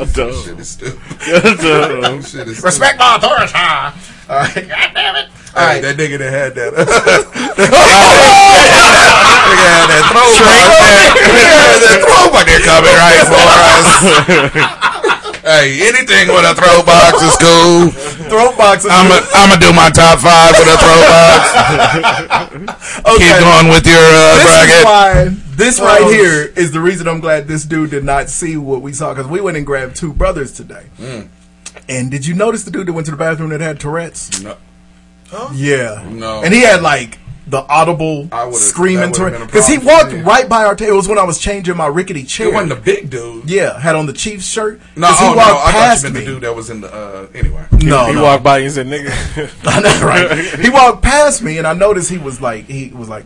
I'm done.
Shit is stupid.
Dumb.
Shit is stupid.
Respect my authority. All right, God damn it.
All right, that nigga that had that. that nigga had that throw right there. Nigga had that throw box there coming right for us. hey, anything with a throw box is cool.
Throat box.
I'm gonna I'm do my top five with a throw box. Keep going with your uh,
This is
bracket.
why this right here is the reason I'm glad this dude did not see what we saw because we went and grabbed two brothers today.
Mm.
And did you notice the dude that went to the bathroom that had Tourette's?
No.
Yeah.
No.
And he had like the audible
I would've-
screaming
that would've been
Tourette's because
a
he walked
problem, yeah.
right by our table. It was when I was changing my rickety chair.
It wasn't the big dude.
Yeah, had on the Chiefs shirt.
No,
'Cause he
oh, no,
walked
I thought you
past
meant
me.
the dude that was in the uh, anyway.
No,
he
no.
walked by and said, "Nigga."
I know, right? He walked past me, and I noticed he was like, he was like,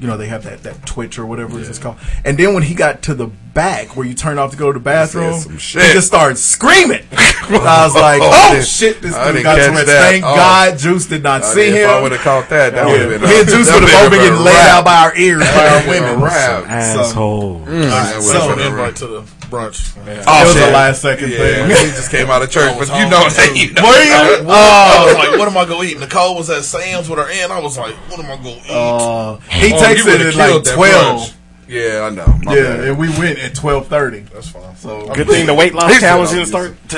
you know, they have that that twitch or whatever it's called. And then when he got to the back where you turn off to go to the bathroom,
some
he
shit.
just started screaming. And I was like, oh, shit, this
I
dude
didn't
got
catch
Tourette's.
that.
Thank
Oh.
God, Juice did not
I
see
mean,
him.
If I would have caught that, that would
yeah.
have been.
Me and Juice would have both been getting laid out by our ears by our women.
Rap.
Asshole.
So an
so,
invite to the brunch.
It was
Oh, shit.
a last second
yeah,
thing.
he just came out of church, but you know, you know
Were you? I,
Oh.
was like, what am I gonna eat? Nicole was at Sam's with her aunt. I was like, what am I gonna eat?
Uh, he
Oh,
takes
you
it
would've
at like
killed that
twelve.
brunch. Yeah, I know. My
Yeah,
bad.
and we went at twelve thirty.
That's fine.
So
Good thing the weight loss
He said
challenge
I'm
didn't
using-
start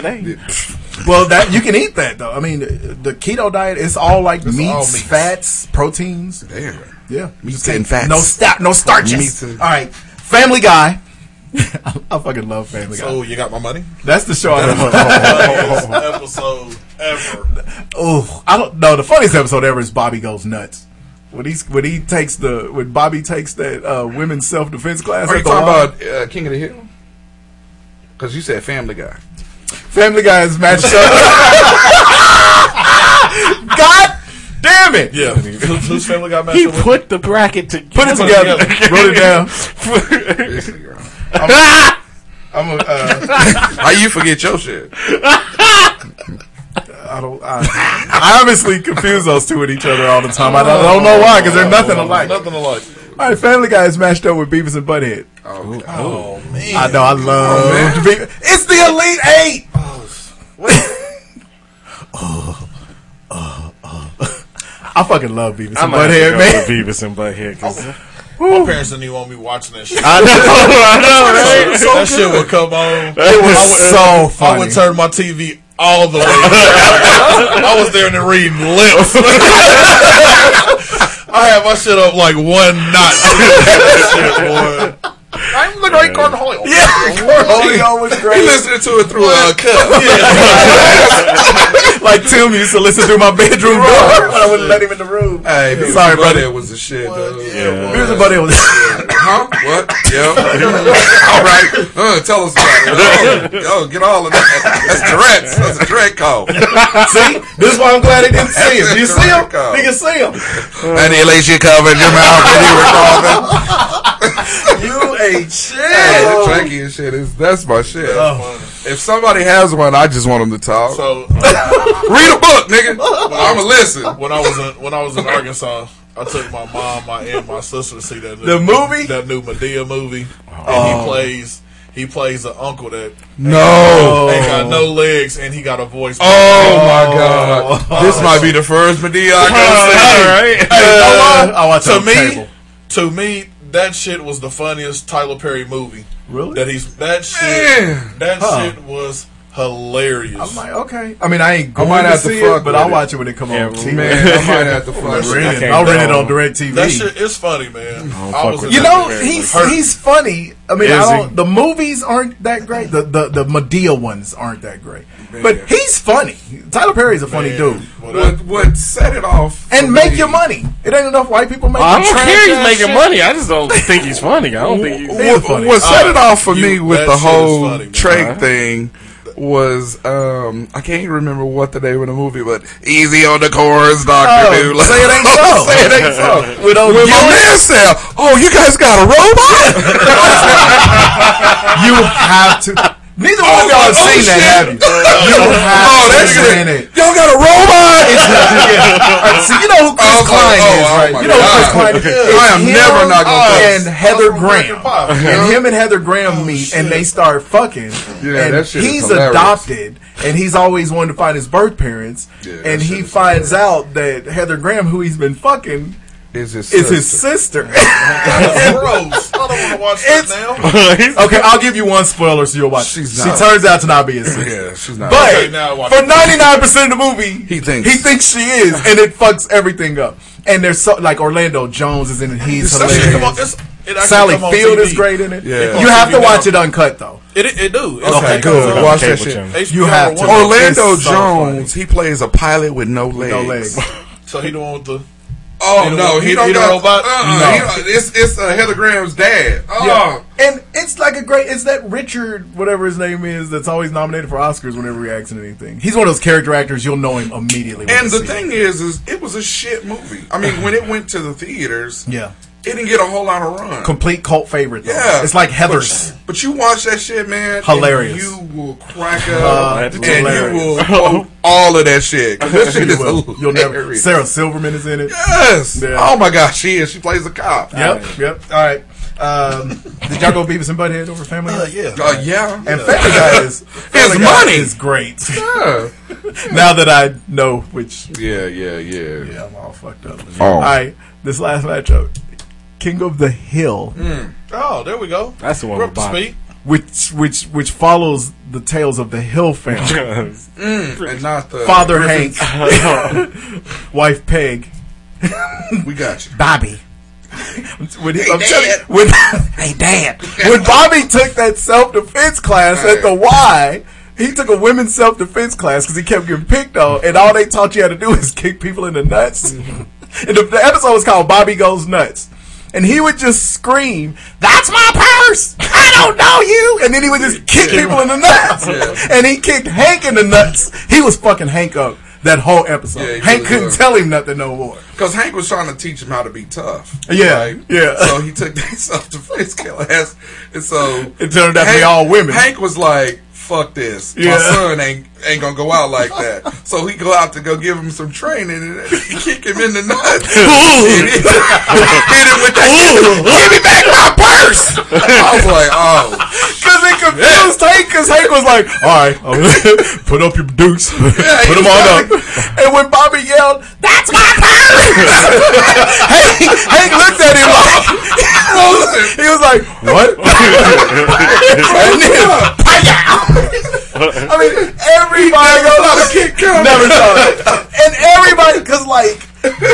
today.
Well, that you can eat that though. I mean, the keto diet is all like meats,
all meats.
fats, proteins.
Damn.
Yeah,
Meats and fats.
No sta- no starches.
Meats and-
all right, Family Guy. I, I fucking love Family Guy.
So you got my money?
That's the show. I love.
Yes, episode ever.
Oh, I don't know. The funniest episode ever is Bobby goes nuts. When he's when he takes the when Bobby takes that uh, women's self defense class.
Are
at
you
the
talking
Y.
about uh, King of the Hill? Because you said Family Guy.
Family Guy is matched up? God damn it!
Yeah. Who's whose family got matched
He
up with?
put the bracket together.
Put it together. Wrote it down.
I'm, I'm a, uh, how you forget your shit?
I don't. I, I obviously confuse those two with each other all the time. I don't, I don't know why because they're nothing alike.
Nothing alike.
All right, Family Guy is matched up with Beavis and Butthead.
Oh,
Oh, man.
I know. I love Beavis. It's the Elite Eight.
Oh,
I fucking love Beavis
I'm
and
gonna have
Butthead,
to
man.
go with Beavis and Butthead.
Oh.
'cause-
My parents didn't even want me watching that shit.
I know, I know, right?
that shit would come
It
on.
was
I would-
so
I
funny.
would turn my TV all the way. I was there and they're reading lips. I had my shit up like one knot. That shit, boy.
I'm the Great Cornholio.
Yeah, Cornholio was
He
oh, great.
listening to it through uh, a cup.
like Tim used to listen through my bedroom door when I wouldn't let him in the room.
Hey, Beavis
Sorry,
and
brother.
Butthead was the shit. though.
Yeah.
Beavis and Butthead was.
Huh? What? Yeah. all right. Uh, tell us about it. Oh, yo, get all of that. That's direct. That's a direct call.
See, this is why I'm glad they didn't see him. You see him?
Call.
Nigga, see him.
And he lays your cover in your mouth and he revolving.
You ain't shit.
Hey, the Twinkie and shit is that's my shit.
Oh,
If somebody has one, I just want them to talk.
So
Read a book, nigga. I'ma listen.
when I was in, when I was in Arkansas, I took my mom, my aunt, my sister to see that new,
The movie?
that new Medea movie, and he plays he plays an uncle that
No.
Oh.
ain't got no legs and he got a voice.
Oh my god. This might be the first Medea I can see.
Hey,
I watched
to
it on
me,
cable.
to me, that shit was the funniest Tyler Perry movie.
Really?
That he's that shit.
Man.
That
Huh.
shit was hilarious.
I'm like, okay. I mean, I ain't going
might
to
have to
see
fuck
it, but
with
I'll
it.
watch it when it come on TV.
Man, I might have to fuck.
I'll rent it.
I
I'll rent it
can't
on direct
that
TV.
shit is funny, man.
don't
I
fuck
was
with
in
You
that.
that
know,
Very
he's
hurt.
he's funny. I mean,
Is
I
he?
don't, the movies aren't that great. The the the Medea ones aren't that great. But he's funny. Tyler Perry's a funny
Man,
dude.
what I-
What, what set it off? for
And make
me-
your money. It ain't enough white people
Oh,
making.
I don't
trash
care he's
ass
making
shit.
money. I just don't think he's funny. I don't think he's.
It is
What,
funny.
what set it off for
You-
me with
that
the
shit is
whole
funny, man.
Trey thing was um, I can't even remember what the name of the movie, but easy on the chords, Doctor
Oh,
Doolittle.
say it ain't so.
say it ain't so.
With old
When my
Gillis.
man said, "Oh, you guys got a robot?"
You have to. Neither one
Oh,
of y'all have
oh,
seen that,
shit.
have you? You have
oh, that
to
shit!
in it.
Y'all got a robot?
yeah. See, you know who Chris
I was like,
Klein
oh,
is,
oh
right?
my
you know who Chris
God.
Klein is.
Okay. I am
It's
never not gonna
him
play
And Heather Graham, and him and Heather Graham
Oh,
meet, and they start fucking.
Yeah,
and
that shit is
he's
hilarious.
adopted, and he's always wanted to find his birth parents,
Yeah, that
and
shit
he
is
finds out that Heather Graham, who he's been fucking,
Is his
is his sister.
gross. I don't want to watch that
It's-
now.
okay, I'll give you one spoiler, so you'll watch.
She's
she
not.
turns out to not be his sister.
Yeah, she's not.
But
Okay, now I watch
for
it.
ninety nine percent of the movie,
He thinks.
he thinks she is, and it fucks everything up. And there's so like Orlando Jones is in it; he's
That shit come on-
hilarious.
it's- it actually
Sally
come on
Field
TV.
is great in it.
Yeah.
You have to
It comes on
watch
TV
it uncut though.
It it, it do. It's
Okay,
like-
good. Watch that
Cable
shit.
channel.
HBO
You have
one.
to.
Orlando
It's so
Jones, he plays a pilot with no legs.
No legs.
So he the one with the.
Oh
He the-
no,
he
he,
the-
don't
he the
got-
robot?
Uh-uh,
No.
he don't- it's it's uh, Heather Graham's dad. Oh,
Yeah. And it's like a great. It's that Richard, whatever his name is, that's always nominated for Oscars whenever he acts in anything. He's one of those character actors you'll know him immediately. when
And
you
the
see him.
thing is, is it was a shit movie. I mean, when it went to the theaters,
yeah,
it didn't get a whole lot of run.
complete cult favorite. Though.
Yeah.
it's like Heather's.
but you watch that shit, man. and
Hilarious.
you will crack
I
up
had to
and
do
uh, hilarious.
you will quote all of that shit. 'Cause That shit
You
is
will. You'll never.
hilarious.
Sarah Silverman is in it.
Yes.
Yeah.
Oh my gosh, she is. She plays a cop.
Yep, yep. All right. Um, did y'all go Beavis and Butthead over Family Guy?
yeah.
Uh, yeah.
And Family Guy is Family Guy
money.
is great.
yeah.
now that I know which,
Yeah. Yeah. Yeah.
yeah, I'm all fucked up.
Oh.
All right, this last matchup, King of the Hill,
Oh, there we go.
That's the one
We're
with
up to
Bobby.
speed.
which which which follows the tales of the Hill family.
And not the
Father Hank, wife Peg,
We got you.
Bobby. When he, I'm
Dad.
telling you, when, hey, Dad. When Bobby took that self defense class at the Y, He took a women's self defense class because he kept getting picked on, and all they taught you how to do is kick people in the nuts.
Mm-hmm.
and the, the episode was called Bobby Goes Nuts. And he would just scream, "That's my purse! I don't know you!" And then he would just kick people in the nuts. And he kicked Hank in the nuts. He was fucking Hank up that whole episode.
Yeah, he
Hank
really
couldn't
was.
tell him nothing no more.
Because Hank was trying to teach him how to be tough.
Yeah, yeah.
So he took that self defense class, and so
It turned out to be all women.
Hank was like, "Fuck this, my
Yeah.
son ain't ain't gonna go out like that." so he go out to go give him some training, and he kick him in the nuts. And he- hit him with that. Give me back my purse. I was like, oh.
Because it confused Hank, because Hank was like, all right, I'm- put up your dukes. put them on up. And when Bobby yelled, that's my purse! Hank, Hank looked at him like, he was like, what? and then, I mean, everybody never thought a kid coming. Never thought. And everybody, because like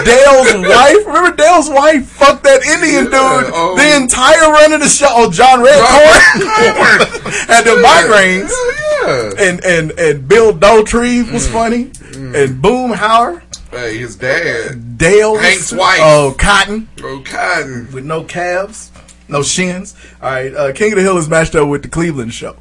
Dale's wife, remember Dale's wife fucked that Indian dude the entire run of the show. Oh, John Redcorn had the migraines. And and and Bill Daltrey was funny, and Boom Howard,
Hey, his dad.
Dale,
Hank's wife.
oh Cotton,
Oh, Cotton,
with no calves, no shins. All right, uh, King of the Hill is matched up with the Cleveland show.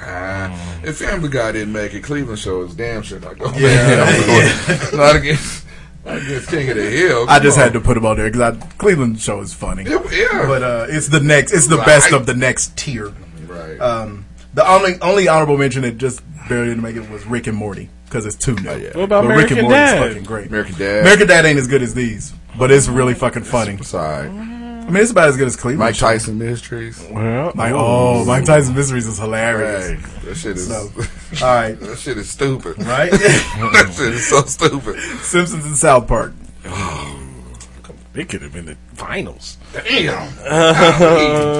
Ah, if Family Guy didn't make it, Cleveland show is damn sure not going to
Yeah.
make it. Not against, not against King of the Hill.
I just
Come
had to put him on there because Cleveland show is funny.
yeah.
but uh, it's the next. It's the
Right.
best of the next tier.
Right.
Um, the only only honorable mention that just barely didn't make it was Rick and Morty because it's two now.
What about
But
American
Morty's
Dad?
fucking great.
Oh, American Dad.
American Dad ain't as good as these, but it's really fucking funny.
Sorry.
I mean, it's about as good as Cleveland.
Mike Tyson Mysteries.
Well, Mike- oh, Mike Tyson Mysteries is hilarious.
Right. That shit is.
So, all right.
That shit is stupid.
Right?
that shit is so stupid.
Simpsons and South Park.
It Oh, could have been the finals.
Damn.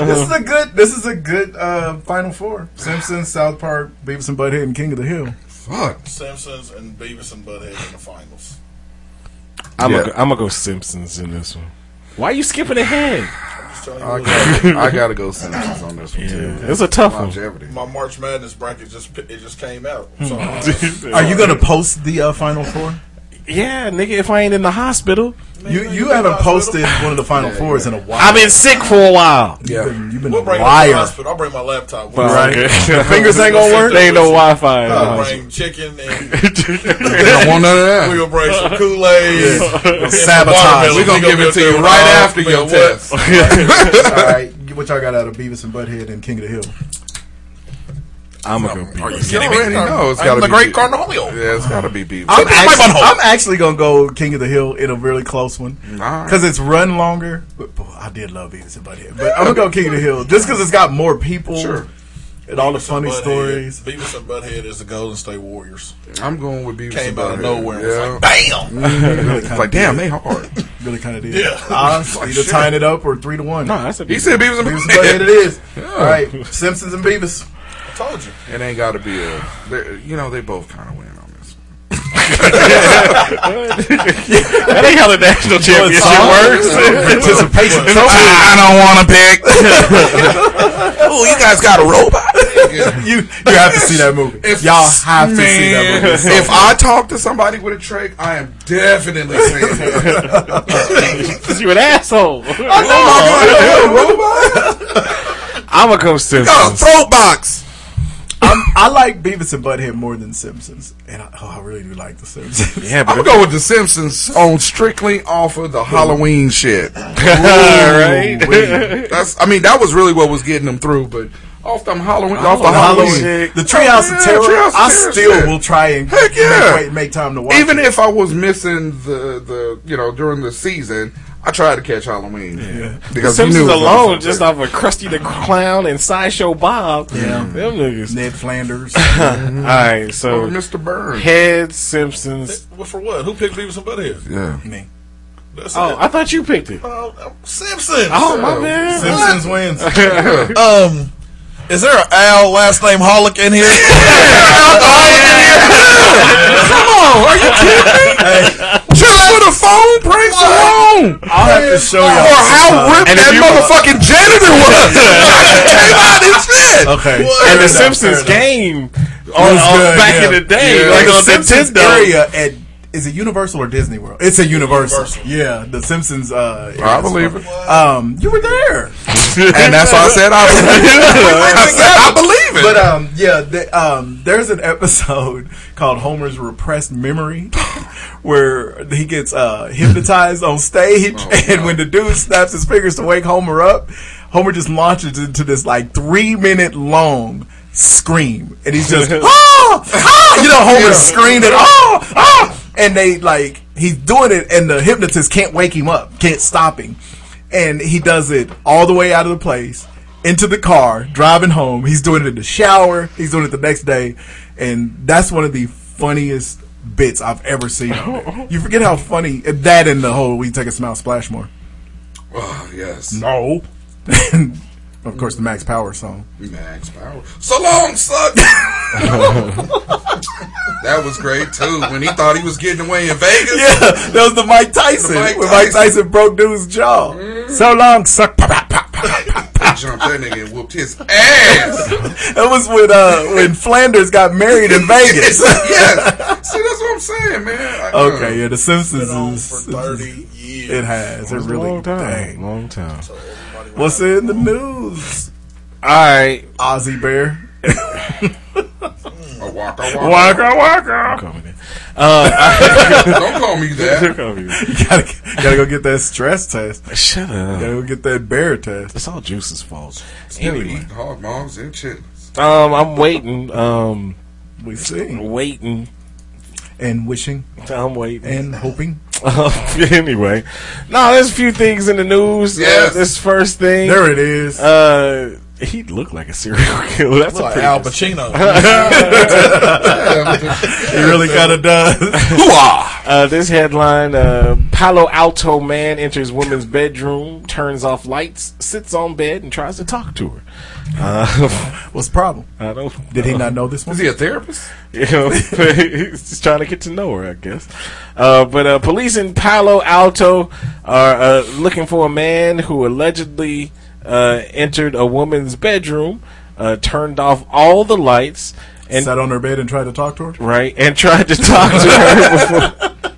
this is a good. This is a good uh, Final Four: Simpsons, South Park, Beavis and Butthead, and King of the Hill.
Fuck.
Simpsons and Beavis and Butthead in the finals.
I'm
Yeah.
gonna go, I'm gonna go Simpsons in this one. Why are you skipping ahead?
I gotta, I gotta go Simpsons on this one too.
Yeah, it's a tough one.
Longevity.
My March Madness bracket just it just came out.
Hmm.
So
Are you gonna post the uh, Final Four?
Yeah, nigga, if I ain't in the hospital,
You you haven't posted one of the Final Fours in a while.
I've been sick for a while.
Yeah, you've been, you've been
We'll
a
bring it to the
liar.
hospital. I'll bring my laptop.
Well,
Right.
okay.
Your fingers ain't gonna work.
There ain't no Wi-Fi. in the
I'll
hospital.
bring chicken and
don't want none of that.
We'll bring some Kool Aid.
Sabotage.
We're gonna give it to you right after your test.
All right, what y'all got out of Beavis and Butthead and King of the Hill?
I'm gonna go. Are
you already know it's
I'm
gotta
the
be
great
Be-
Cornelio.
Yeah, it's gotta be Beavis.
I'm actually, I'm actually gonna go King of the Hill in a really close one
Alright.
because it's run longer. But boy, I did love Beavis and Butthead, but I'm gonna go King of the Hill just because it's got more people and all the funny
Butthead.
stories.
Beavis and Butthead is the Golden State Warriors.
I'm going with Beavis.
Came
and
out of
Butthead.
nowhere.
Yeah.
It's like, bam!
it's like, damn, they hard.
Really kind of did.
Yeah.
Honestly,
Like
either
shit.
tying it up or three to one.
No, that's a
He said Beavis and
Beavis and
Butthead.
Butthead. It is.
Yeah.
All right, Simpsons and Beavis.
I told you.
It ain't got to be a. they're- You know, they both kind of win on this.
that ain't how the national championship works.
Participation. Ah,
I don't want to pick. oh, you guys got a robot.
you you have to see that movie. Y'all have to see that movie. It's so
if I talk to somebody with a trick, I am definitely saying that.
you an asshole.
Oh, my God, a robot?
I'm gonna go
Got a
Simpsons.
throat box.
I'm, I like Beavis and Butthead more than Simpsons, and I, oh, I really do like the Simpsons.
Yeah,
I'm
but
gonna go with the Simpsons on strictly off of the Halloween shit.
Right.
Ooh-wee. That's. I mean, that was really what was getting them through, but. Off them Halloween, off
Oh,
the
The
Halloween,
Halloween, the Treehouse of
Yeah,
Terror.
Treehouse of
I
Terror
still
shit.
will try and
Heck yeah.
make, wait- make time to watch.
even
it.
if I was missing the the you know during the season, I tried to catch Halloween. Yeah,
the Simpsons alone, just off of Krusty the Clown and Sideshow Bob.
Yeah. Mm-hmm.
them niggas.
Ned Flanders,
All right, so
Mr. Burns.
Head Simpsons.
Well, for what? Who picked Beavis and Butthead?
Yeah,
me.
That's
Oh,
it.
I thought you picked it.
Oh, oh, Simpsons.
Oh my man,
Simpsons wins.
Um, is there an Al last name Holic in here?
Come on, are you kidding?
Hey,
just for the phone pranks alone.
I'll have to show you.
Or how ripped that motherfucking janitor was. Johnny came out his shit.
Okay.
And the Simpsons game
Oh,
on,
Was
on-
good,
back
yeah.
in the day,
Yeah.
like
the
on
Simpsons
Nintendo.
area at is it Universal or Disney World? It's a Universal. Yeah, the Simpsons. Uh,
I believe
it. Um, you were there,
And that's why I said I believe it. I said I believe it.
But um, yeah, the, um, there's an episode called Homer's repressed memory, where he gets uh, hypnotized on stage, and when the dude snaps his fingers to wake Homer up, Homer just launches into this like three minute long scream, and he's just ah ah, you know, Homer
Yeah.
screaming ah ah, and they like he's doing it, and the hypnotist can't wake him up, can't stop him, and he does it all the way out of the place into the car, driving home. He's doing it in the shower. He's doing it the next day, and that's one of the funniest bits I've ever seen. on it. You forget how funny that and the whole "We Take a Smile" splash more.
Ah,
Oh, yes.
No, of course the Max Power song.
Max Power. So long, suck. that was great too. When he thought he was getting away in Vegas.
Yeah, that was the Mike Tyson.
The Mike
when Mike
Tyson. Mm-hmm.
Tyson broke dude's jaw. So long, suck.
He jumped that nigga and whooped his ass.
That was when uh, when Flanders got married in Vegas.
yes. See, that's what I'm saying, man. I-
Okay, yeah, The Simpsons is for thirty years. It has. It really
long time.
dang.
Long time.
What's in the news?
All right,
Ozzy Bear.
A walker, walker.
Waka waka. Coming in. Uh,
Don't call me
Don't
that.
call me that.
You gotta gotta go get that stress test.
Shut up.
Gotta go get that bear test.
It's all Juice's fault.
Still
Anyway,
eating hog moms and chitlins.
um, I'm waiting. Um,
We see
waiting.
and wishing
I'm waiting.
and hoping.
anyway, no, there's a few things in the news. Uh,
Yes.
this first thing,
There it is.
uh, he looked like a serial killer. That's a
Like
pretty
Al Pacino.
He really kind of does.
Hoo-ah! Uh, this headline: uh, Palo Alto man enters woman's bedroom, turns off lights, sits on bed, and tries to talk to her. Uh,
What's the problem?
I don't.
Did he not know this
Is
one?
he a therapist?
You know, he's just trying to get to know her, I guess. Uh, but uh, police in Palo Alto are uh, looking for a man who allegedly uh, entered a woman's bedroom, uh, turned off all the lights, and
Sat on her bed and tried to talk to
Uh,
her.
right and tried to talk to her before.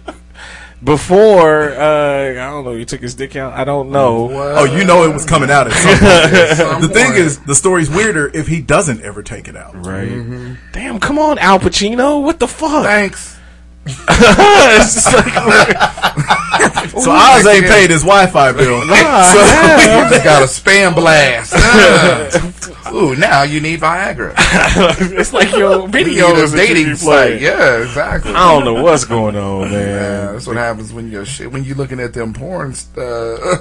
Before uh, I don't know, he took his dick out. I don't know.
Oh, you know it was coming out at some point.
Some
the thing
point.
is, the story's weirder if he doesn't ever take it out.
Right? Damn! Come on, Al Pacino. What the fuck?
Thanks.
It's just like-
So Oz ain't paid his Wi-Fi bill.
Nah, yeah.
You just got a spam blast. Ah. Ooh, now you need Viagra.
it's like your
You need a
videos that you
dating
be playing.
site. Yeah, exactly.
I don't know what's going on,
Yeah,
man.
that's what happens when you're shit, when you looking at them porn uh,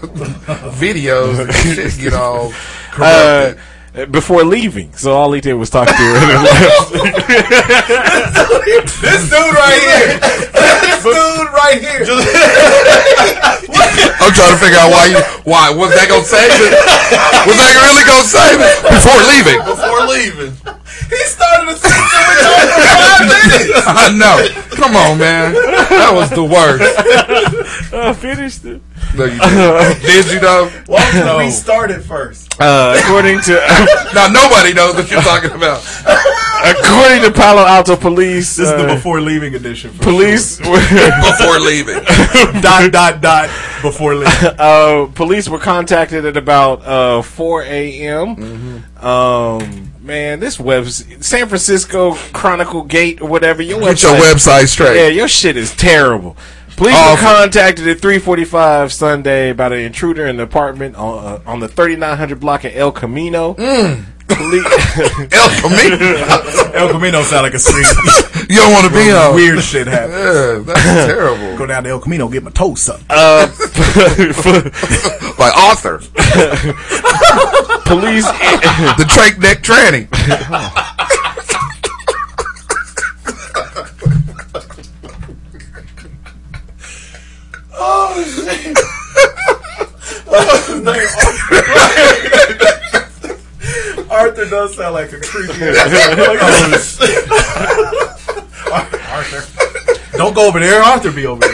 videos. and shit get all
Uh,
corrupted.
before leaving, so all he did was talk to her. and left.
This dude right here. This dude right here.
I'm trying to figure out why you why was that gonna save it? Was that really gonna save it before leaving?
Before leaving.
he started a sentence with y'all for five minutes.
I know. Come on, man. That was the worst.
I finished it.
No, you didn't. Did you know?
Why don't we start it first?
Uh, according to
Now nobody knows what you're talking about.
according to Palo Alto police,
This is
uh,
the before leaving edition. For
police
Before leaving.
dot dot dot before leaving.
uh, police were contacted at about uh, 4 a.m.
Mm-hmm.
Um, man, this web San Francisco Chronicle Gate or whatever your
Get your website straight.
Yeah, your shit is terrible. Police
Awful.
were contacted at 3:45 Sunday about an intruder in the apartment on, uh, on the 3900 block of El Camino. Poli-
El Camino.
El Camino sound like a street.
You don't want to be on.
Weird shit happens.
Yeah, that's terrible.
Go down to El Camino, get my toes sucked.
Like Arthur,
police
the Drake Neck Tranny.
Arthur does sound like a creepy. Oh, Arthur, don't go over there. Arthur be over there.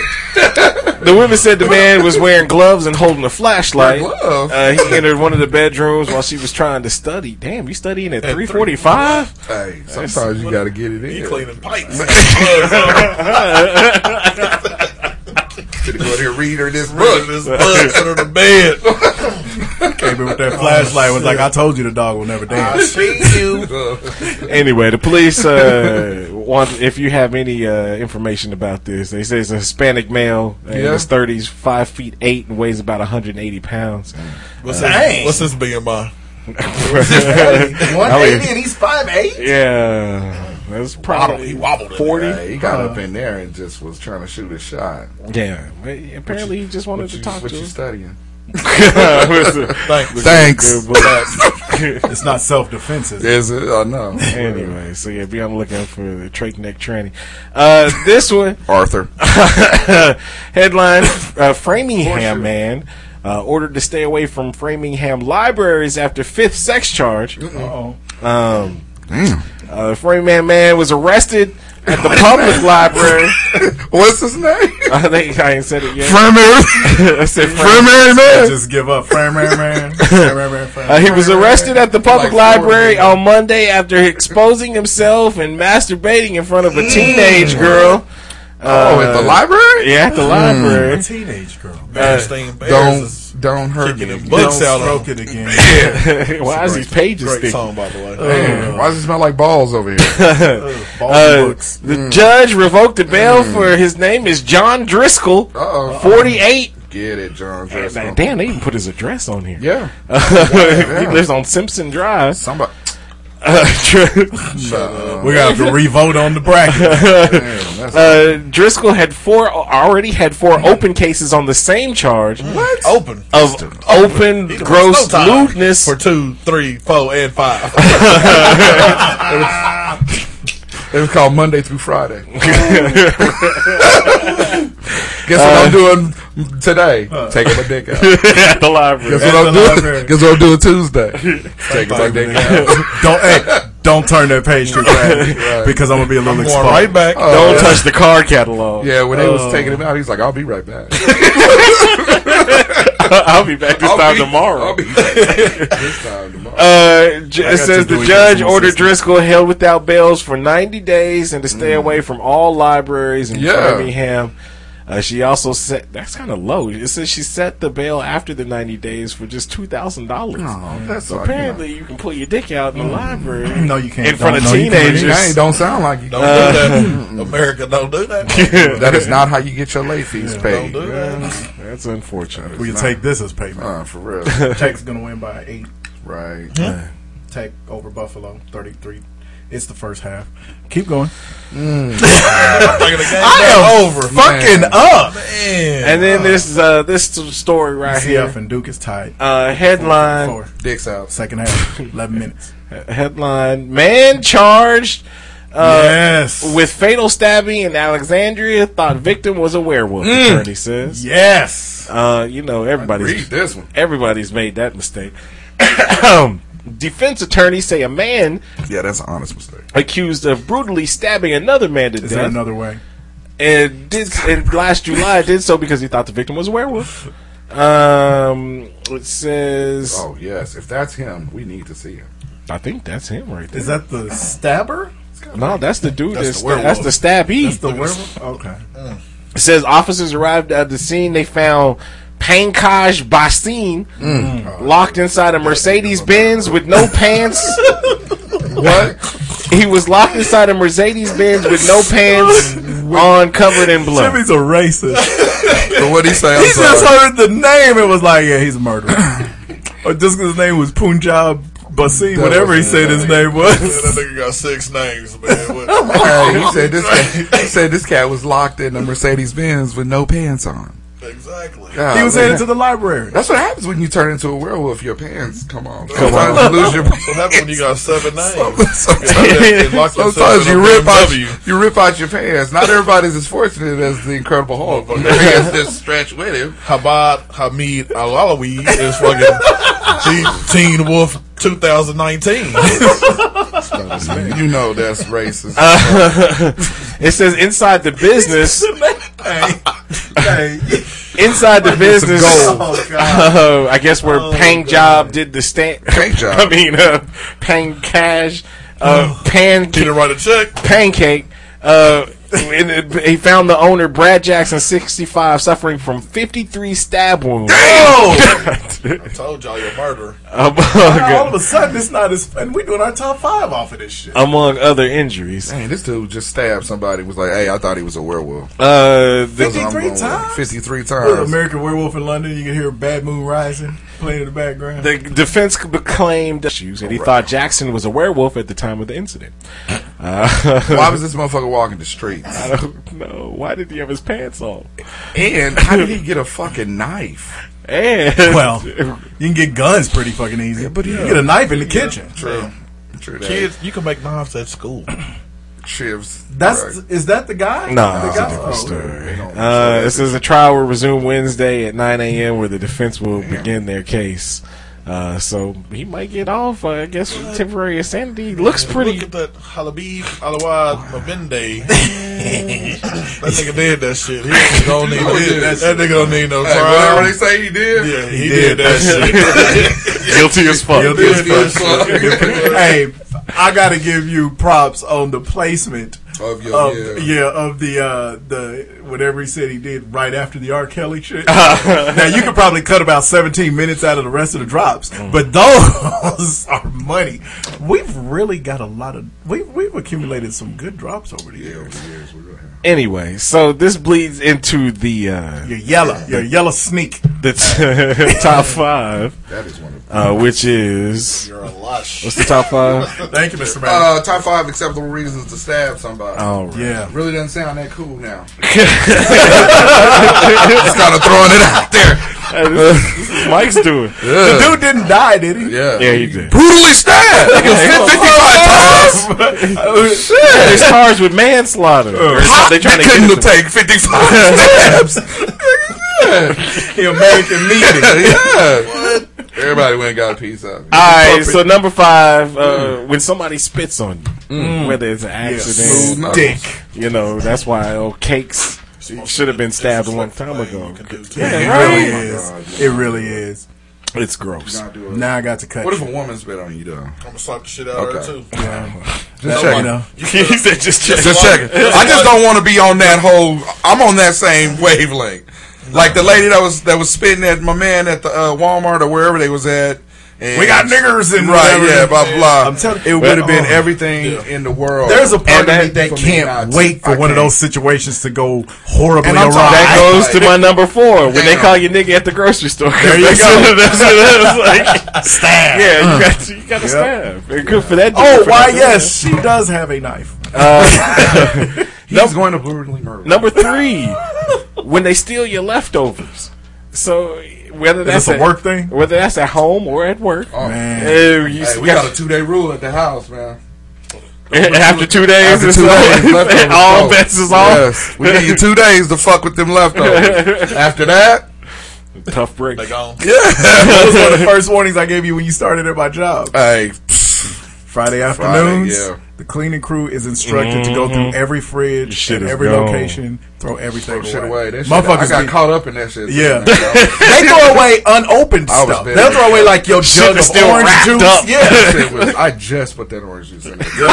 The women said the man was wearing gloves and holding a flashlight.
Wearing
Oh,
gloves?
Uh, he entered one of the bedrooms while she was trying to study. Damn, you studying at three forty-five?
Hey, sometimes you got to get it in. You
cleaning pipes.
Gonna go in here read her this
Reading
book.
this book under the bed.
Came in with that flashlight. Was like, I told you, the dog will never dance.
anyway, the police uh, want if you have any uh, information about this. They say it's a Hispanic male in
Yeah.
his thirties, five feet eight, and weighs about 180 pounds.
What's
Uh,
his, what's his BMI?
I mean,
he's five eight.
yeah, that's probably forty.
Yeah, he got up in there and just was trying to shoot a shot.
Yeah, apparently he just wanted to talk
what
to
you
us.
studying.
Thanks.
Thanks.
it's not self defense. Is it?
Is it? I know.
Anyway, so yeah, be on the lookout for the Trake Neck Tranny. Uh, this one,
Arthur.
Headline: uh, Framingham man uh, ordered to stay away from Framingham libraries after fifth sex charge.
Oh,
Um, Uh, Framingham man was arrested at the public library.
What's his name?
I think I ain't said it yet.
Framingham-
I said
Framingham man.
Just give up, Fram Ram Ram. Fram, Ram, Ram, Fram.
Uh, he was arrested at the public
Like four
library on Monday after exposing himself and masturbating in front of a teenage girl.
Oh,
Uh,
at the library?
Yeah, at the
Hmm.
library.
A
teenage girl.
Bernstein Bears is
Don't don't hurt me.
kicking books out of him.
Yeah. Why
It's
is
a
these
great-
pages
Great
sticky?
song, by the
Uh,
way.
Man, why does it smell like balls over here?
Uh, the
Mm.
judge revoked the bail for his name is John Driscoll,
Uh-oh.
48.
Get it,
Man,
John. Driscoll.
Damn, they even put his address on here.
Yeah.
he
Yeah.
lives on Simpson Drive. Uh,
Somebody.
We got to revote on the bracket.
Uh, Driscoll had four already had four
Mm.
open cases on the same charge
What? Open.
of open
He done
gross
lost no time
lewdness
for two, three, four, and five.
It was called Monday through Friday.
Mm.
Guess what I'm
Uh,
doing today? Taking my dick out.
at the library.
Guess what I'm doing? Guess what I'm doing Tuesday? Taking my dick out.
don't hey, don't turn that page too fast because I'm gonna be a little
I'm
exposed. Uh,
going right back.
Oh,
Don't
yeah.
touch the card catalog.
Yeah, when they
Oh.
was taking him out, he's like, "I'll be right back."
I'll be back this
I'll
time
be-
tomorrow.
I'll be back this time tomorrow.
Uh, j-
I
it
got
says
to do
the
it
judge
with my
ordered
sister.
Driscoll held without bails for 90 days and to stay away from all libraries in
Mm. Yeah.
Birmingham. Uh, she also set that's kind of low. It says she set the bail after the 90 days for just two thousand dollars.
That's all, you know.
Apparently, you can pull your dick out in the
Mm.
library
No, you can't.
in front of
Don't- no, you can't.
teenagers.
Hey, don't sound like you.
Don't do that. America, don't do that.
That is not how you get your late fees
Don't
paid.
do that.
That's unfortunate.
Will you take this as payment?
Uh, for real,
Tech's gonna win by eight.
right?
Tech over Buffalo, thirty-three. It's the first half. Keep going.
Mm.
Thinking the game's over.
fucking up.
And then this uh, this t- story right
CF
here.
and Duke is tied.
Uh, headline
Four.
Dicks out.
Second half. Eleven minutes.
headline: Man charged
yes.
Uh, with fatal stabbing in Alexandria, thought victim was a werewolf.
Mm.
Attorney says,
yes.
uh, "You know,
Read
everybody's
this one.
everybody's made that mistake." Um, Defense attorneys say a man
Yeah, that's an honest mistake.
accused of brutally stabbing another man to
Is there
death
another way?
and did and last July did so because he thought the victim was a werewolf. Um, it says,
Oh yes, if that's him, we need to see him.
I think that's him right there.
Is that the stabber?
no, that's the dude.
That's
That's, that's,
the
the,
werewolf.
stabby.
That's the werewolf. Okay.
It says officers arrived at the scene. They found Pankaj Basin
Mm.
locked inside a Mercedes Benz with no pants.
What?
He was locked inside a Mercedes Benz with no pants on, covered in blood.
Jimmy's a racist.
so what he say? I'm
he just
sorry.
heard the name and was like, "Yeah, he's a murderer." or just 'cause his name was Punjab Basim, whatever he said his name
That
was.
nigga got six names, man. What?
Hey, he said this. Cat, he said this cat was locked in a Mercedes Benz with no pants on.
Exactly.
God,
he was
man.
headed to the library.
That's what happens when you turn into a werewolf. Your pants come on. Sometimes you lose your.
What happened when you got seven names?
Sometimes, sometimes you rip out
you.
you rip out your pants. Not everybody's as fortunate as the Incredible Hulk. Their pants just stretch with him.
Habad Hamid Alalawi is fucking Teen, Teen Wolf 2019.
You know that's racist.
It says inside the business.
Inside
Like it's
the
a
business,
goal. Oh, God.
uh, I guess where
Oh,
Pang
God.
Job did the stand. Pang
Job.
I mean, uh, Pang Cash. Uh, Pan. Didn't
write a check.
Pancake. Uh, and it- he found the owner Brad Jackson, 65, suffering from 53 stab wounds.
I told y'all you're a murderer.
Among,
Now, all of a sudden, it's not as. And we're doing our top five off of this shit.
among other injuries.
Man, this dude just stabbed somebody. Was like, hey, I thought he was a werewolf.
Uh,
That's what
53
I'm going with.
times?
Fifty-three
With
times.
American Werewolf in London, you can hear Bad Moon Rising playing in the background.
The defense claimed issues, and he thought Jackson was a werewolf at the time of the incident. Uh,
Why was this motherfucker walking the streets?
I don't know. Why did he have his pants on?
And how did he get a fucking knife?
And
well, you can get guns pretty fucking easy. but you can get a knife in the kitchen.
True. True. that.
Kids, you can make knives at school.
Shivs.
That's is that the guy?
Nah,
the
it's a
guy? Oh,
different story. Uh, this is a trial will resume Wednesday at 9 a.m. where the defense will begin their case. Uh, so he might get off, uh, I guess, with temporary insanity. Looks pretty.
Look at that Halabib Alawad Mabende. that nigga did that shit. He don't need no, that nigga don't need no
Hey,
trial.
whatever they say he did,
Yeah, he, did, that shit.
Guilty as fuck.
Guilty as fuck. hey, I gotta give you props on the placement
Of your- yeah.
of the uh, the whatever he said he did right after the R. Kelly shit. now you could probably cut about seventeen minutes out of the rest of the drops, but those are money. We've really got a lot of we we've accumulated some good drops over the years.
Anyway, so this bleeds into the uh,
Your yellow, your yellow sneak.
the t- top five,
That is one of
uh, which is
You're a lush.
what's the top five?
Thank you, Mr. Brown.
Uh, top five acceptable reasons to stab somebody.
All right.
Yeah.
Really doesn't sound that cool now. Just kind of throwing it out there.
Hey, this, this is Mike's doing.
The dude didn't die, did he?
Yeah.
Yeah, he did.
Brutally stabbed. Nigga, 55 times.
Oh,
Yeah,
Shit.
He's charged with
Uh,
manslaughter. Or
Hot
they trying to
couldn't
get him
take 55 stabs. Nigga,
The American meeting.
yeah. yeah. Everybody went and got a piece of it.
All right, so number five, uh,
Mm.
when somebody spits on you, whether it's an
Oh,
Smooth
accident,
knuckles.
Dick.
you know that's why old cakes should have been stabbed a long time ago.
It
Yeah,
really
right.
is. It really is.
It's gross.
Now I got to cut.
What if
you.
a woman's bet on you, though?
I'm gonna slap the shit out of
Okay.
her too.
Just
You
checking.
know.
he said just check.
Just checking. I just don't want to be on that whole. I'm on that same wavelength. Like the lady that was that was spitting at my man at the uh, Walmart or wherever they was at. And
We got niggers and
right,
whatever.
yeah, blah blah.
I'm telling-
it would have been
Oh.
everything in the world.
There's a part
And
of me that
for me
can't
not to-
wait for
I
one of
can't.
those situations to go horribly
And I'm
awry.
talking-
That goes to my number four. When they
Damn.
call you nigga at the grocery store, there
you go.
that's, that's like,
stab.
yeah, you Uh. got to, you got to stab. And Good for that. dude
Oh,
for
why?
not doing
Yes, she does have a knife.
He's going to brutally murder.
Number three, when they steal your leftovers. So whether that's
this a
at-
work thing?
whether that's at home or at work,
Oh,
Man.
eh, you
Hey,
s-
we got a two day rule at the house, man.
after two days,
After
it's
two
all-
days, leftovers
all
go.
bets is off.
Yes, we give you two days to fuck with them leftovers. After that,
Tough break.
They gone.
That was one of the first warnings I gave you when you started at my job.
hey,
Friday afternoons,
yeah. Mm-hmm.
the cleaning crew is instructed to go through every
Your
fridge,
shit
and
is
every
gone.
location, throw everything
shit
away.
away. That shit, I
Motherfuckers
got
be-
caught up in that shit.
Yeah. they throw away unopened
I was
stuff.
bad.
They'll throw away like your jug of
that's still
orange
wrapped
juice.
up.
Yeah.
That shit was- I just put that orange juice in there.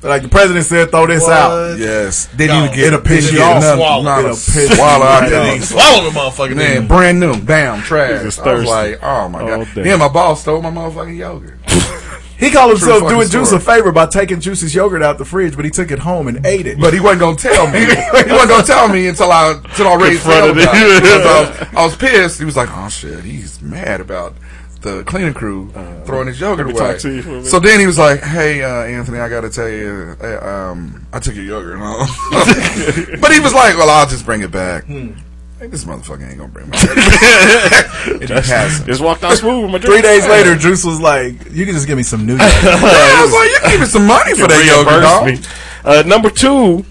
like the president said, throw this out.
Yes. Didn't
No.
even get
It'll piss
didn't
you
get
off.
nothing.
Swallow.
Not a
It'll piss
swallow.
you
I
right
couldn't
off.
even
Swallow
swallow.
the motherfucker.
Man,
Man,
brand new, bam, trash. I was
Niggas thirsty.
like, oh my
All
god.
day.
Me and my boss stole my motherfucking yogurt.
He called
True
himself
fucking
doing Juice
story.
a favor by taking Juice's yogurt out the fridge, but he took it home and ate it.
But he wasn't gonna tell me. he wasn't gonna tell me until I until I already
Confronted
told him.
him.
I, was- I was pissed. He was like, "Oh shit, he's mad about the cleaning crew throwing his yogurt
Uh, let me talk
away."
to you for a minute.
So then he was like, "Hey, uh, Anthony, I gotta tell you, uh, um, I took your yogurt home." but he was like, "Well, I'll just bring it back."
Hmm.
Like, this motherfucker ain't gonna bring my yogurt. and he has it.
Just walked out smooth with my
Three
drink.
days later, Juice was like, "You can just give me some new
Yeah,
yogurt."
I was like, "You giving some money for that yogurt,
Reimbursed
dog."
me. Uh, number two,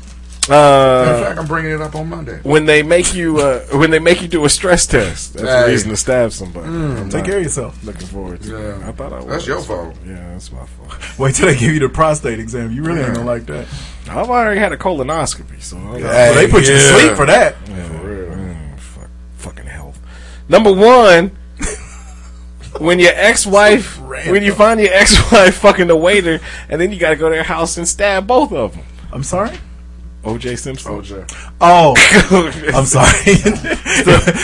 In
uh,
fact, I'm bringing it up on Monday.
when they make you uh, when they make you do a stress test, that's a
Hey. Mm.
reason to stab somebody. I'm
Take
not
care of yourself.
Looking forward to. it.
Yeah.
I thought I was.
That's your fault.
Yeah, that's my fault.
Wait till they give you the prostate exam. You really ain't gonna like that.
I've already had a colonoscopy, so I'm
Well, they put you to
yeah.
sleep for that.
For real.
Mm, Number one, when your ex-wife, when you find your ex-wife fucking the waiter, and then you got to go to their house and stab both of them.
I'm sorry.
OJ Simpson. OJ.
Oh, I'm sorry.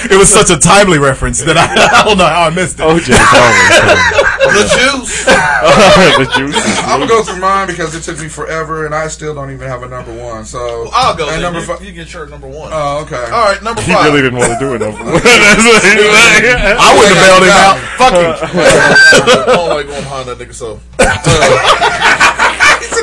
it was such a timely reference that I, I don't know how I missed it.
OJ. Always
the juice.
the juice.
I'm gonna go through mine because it took me forever, and I still don't even have a number one. So
I'll go.
Oh. And
then.
number
you,
five.
you get your number one.
Oh, okay.
All right, number
He
five.
really didn't want to do it though.
I
wouldn't have bailed him out.
Fuck him. I don't like going behind that nigga. So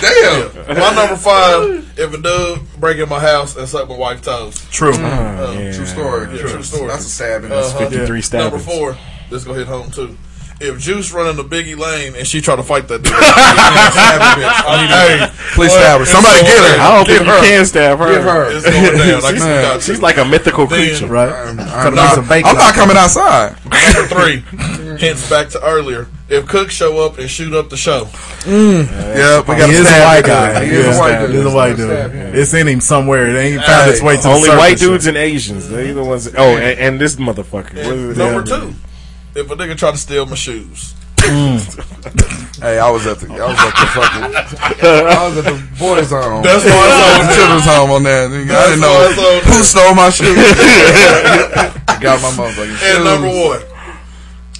damn. My number five: If a dude break in my house and suck my wife's toes.
True.
Uh,
Oh, True story.
yeah,
true.
true story.
That's a stabbing.
Uh-huh.
That's 53
Number
stabbings.
four. This gonna hit home too. If Juice run into Biggie Lane and she try to fight that dude, stab the bitch.
Hey, please
Well,
stab her.
it's
Somebody
going
get her.
down.
I don't
Get
think you
her.
can stab her.
Get her.
It's going down. Like,
she's,
man.
she's like a mythical
Then-
creature, right?
I'm not, I'm not coming outside.
Number three. Hence back to earlier. If Cook show up and shoot up the show,
Yeah, we got
he is a
stab
white
him.
guy.
He is a white
He is
dude.
a white dude. It's in him somewhere. It ain't found its way to the
Only white
surface
dudes and Asians. They the ones. Oh, and, and this motherfucker. What is it?
number
Yeah.
two. If a nigga try to steal my shoes,
Mm.
Hey, I was at the, I was at the fucking, I was at the boys' home.
That's why
I
I
was at the children's home on that. nigga. I
That's
didn't
why I
know
saw-
who stole my shoes. Got my motherfucking shoes.
and number one.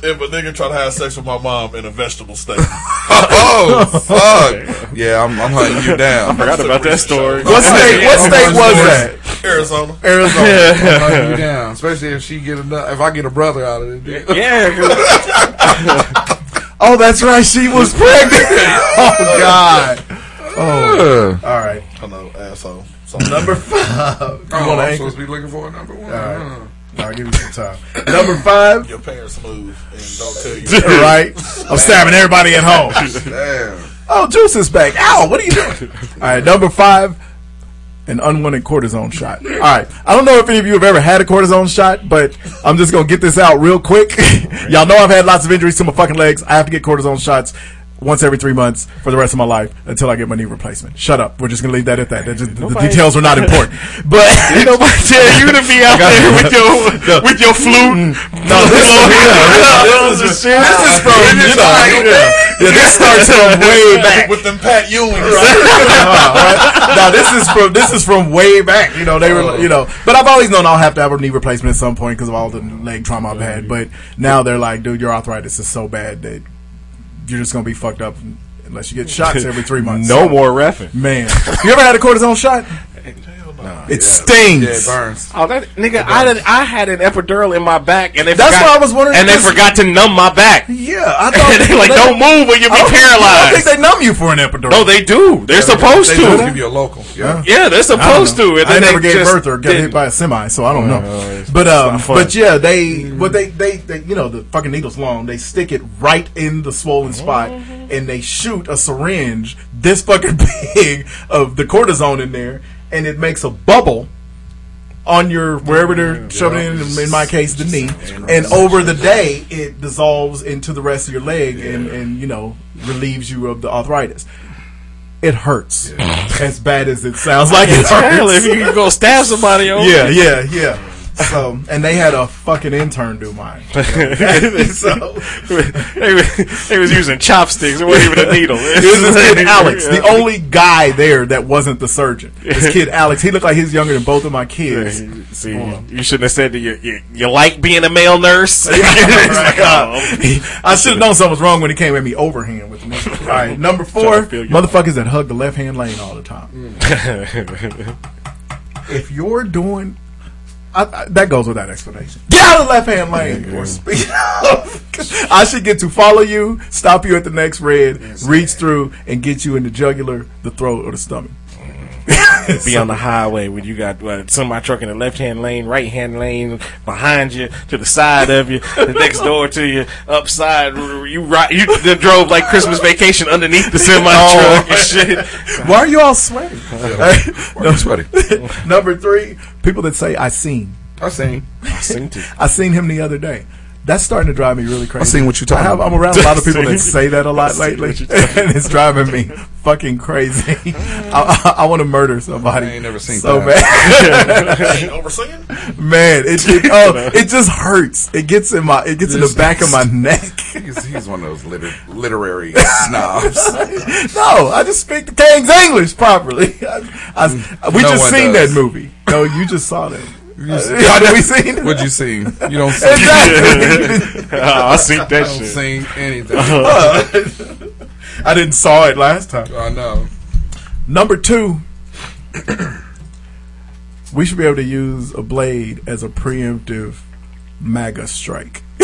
If a nigga try to have sex with my mom in a vegetable state,
Oh fuck! Yeah, I'm, I'm hunting you down.
Forgot about that story.
What state? What state was that?
Arizona.
Arizona.
I'm hunting you down, especially if she get enough. If I get a brother out of it,
Yeah, 'cause-
Oh, that's right. She was pregnant. Oh God. Oh. All right.
Hello, asshole. So
Number five. You
oh,
want to
I'm
anchor?
supposed to be looking for a number one.
right.
Huh.
I'll give you some time. Number five.
your parents move and don't tell you.
All right. I'm stabbing everybody at home.
Damn.
Oh, Juice is back. Ow, what are you doing? All right, number five, an unwanted cortisone shot. All right, I don't know if any of you have ever had a cortisone shot, but I'm just going to get this out real quick. Y'all know I've had lots of injuries to my fucking legs. I have to get cortisone shots once every three months for the rest of my life until I get my knee replacement. Shut up. We're just going to leave that at that. That just- the
Nobody-
details are not important. But nobody
tell you to be out there with your with your
Mm.
flute. No, this is, shit.
This is from, you know, yeah, this starts from way back.
with them Pat Ewing.
now this is from this is from way back. You know they were you know, but I've always known I'll have to have a knee replacement at some point because of all the leg trauma I've had. But now they're like, dude, your arthritis is so bad that you're just gonna be fucked up unless you get shots every three months.
No more reffing.
man. You ever had a cortisone shot? It
Yeah, it
stings.
burns.
Oh, that nigga! I did, I had an epidural in my back, and they
That's
forgot,
why I was wondering
And they
because-
forgot to numb my back. And
yeah, I thought
they like, don't move or you'll
I don't-
be
I don't
paralyzed.
think they numb you for an epidural.
No, they do. They're supposed
They
to.
do give you a local. Yeah.
Yeah, they're
I don't
supposed
know.
to. And
I
then
never
they
gave
just
birth or got
didn't.
hit by a semi, so I don't know.
no, Oh, it's-
but um,
not fun.
but yeah, they what they they they you know the fucking needle's long. They stick it right in the
Oh.
swollen spot, and they shoot a syringe this fucking big of the cortisone in there, and it makes a bubble on your wherever they're shoving it in. In my case, the knee, and over the day, it dissolves into the rest of your leg, and and you know relieves you of the arthritis. It hurts as bad as it sounds like it
Hell, if
hurts.
you can go stab somebody, oh. over
Yeah, yeah, yeah. So, and they had a fucking intern do mine. so,
they, was- they was using chopsticks. It wasn't even a needle.
it was this kid Alex, the only guy there that wasn't the surgeon. This kid Alex, he looked like he's younger than both of my kids.
See, you shouldn't have said that you, you, you like being a male nurse. It's like, oh,
uh, He- I should have known something was wrong when he came at me overhand with me. All right, number four,
Trying to feel you.
motherfuckers that hug the left hand lane all the time.
Mm.
If you're doing, I, I, that goes without explanation. Get out of the left hand lane. Or speed up. I should get to follow you, stop you at the next red, reach through, and get you in the jugular, the throat, or the stomach.
be on the highway when you got uh, somebody truck in the left hand lane, right hand lane, behind you, to the side of you, the next door to you, upside. You ri you d- drove like Christmas vacation underneath the semi
Oh,
truck and shit.
Why are you all sweating?
Why you sweaty?
Number three, people that say I seen.
I seen.
I seen it.
I seen him the other day. That's starting to drive me really crazy.
I seen what you talking
I have, I'm
about.
around a lot of people
I
that
seen-
say that a
I
lot
seen
lately,
what you talking
and it's driving me fucking crazy. I, I, want to murder somebody.
I ain't never seen
so
that.
bad. Man, it, it oh, it just hurts. It gets in my it gets in the back of my neck.
He's, he's one of those liter- literary snobs.
No, I just speak the king's English properly. I, I, we
No
just
one
seen
does.
that movie. No, you just saw that.
You-
Uh, have we seen it?
What'd you seen? You don't see.
Exactly.
I seen that
I don't
shit.
seen anything.
Uh, I didn't saw it last time.
I know.
Number two, we should be able to use a blade as a preemptive MAGA strike.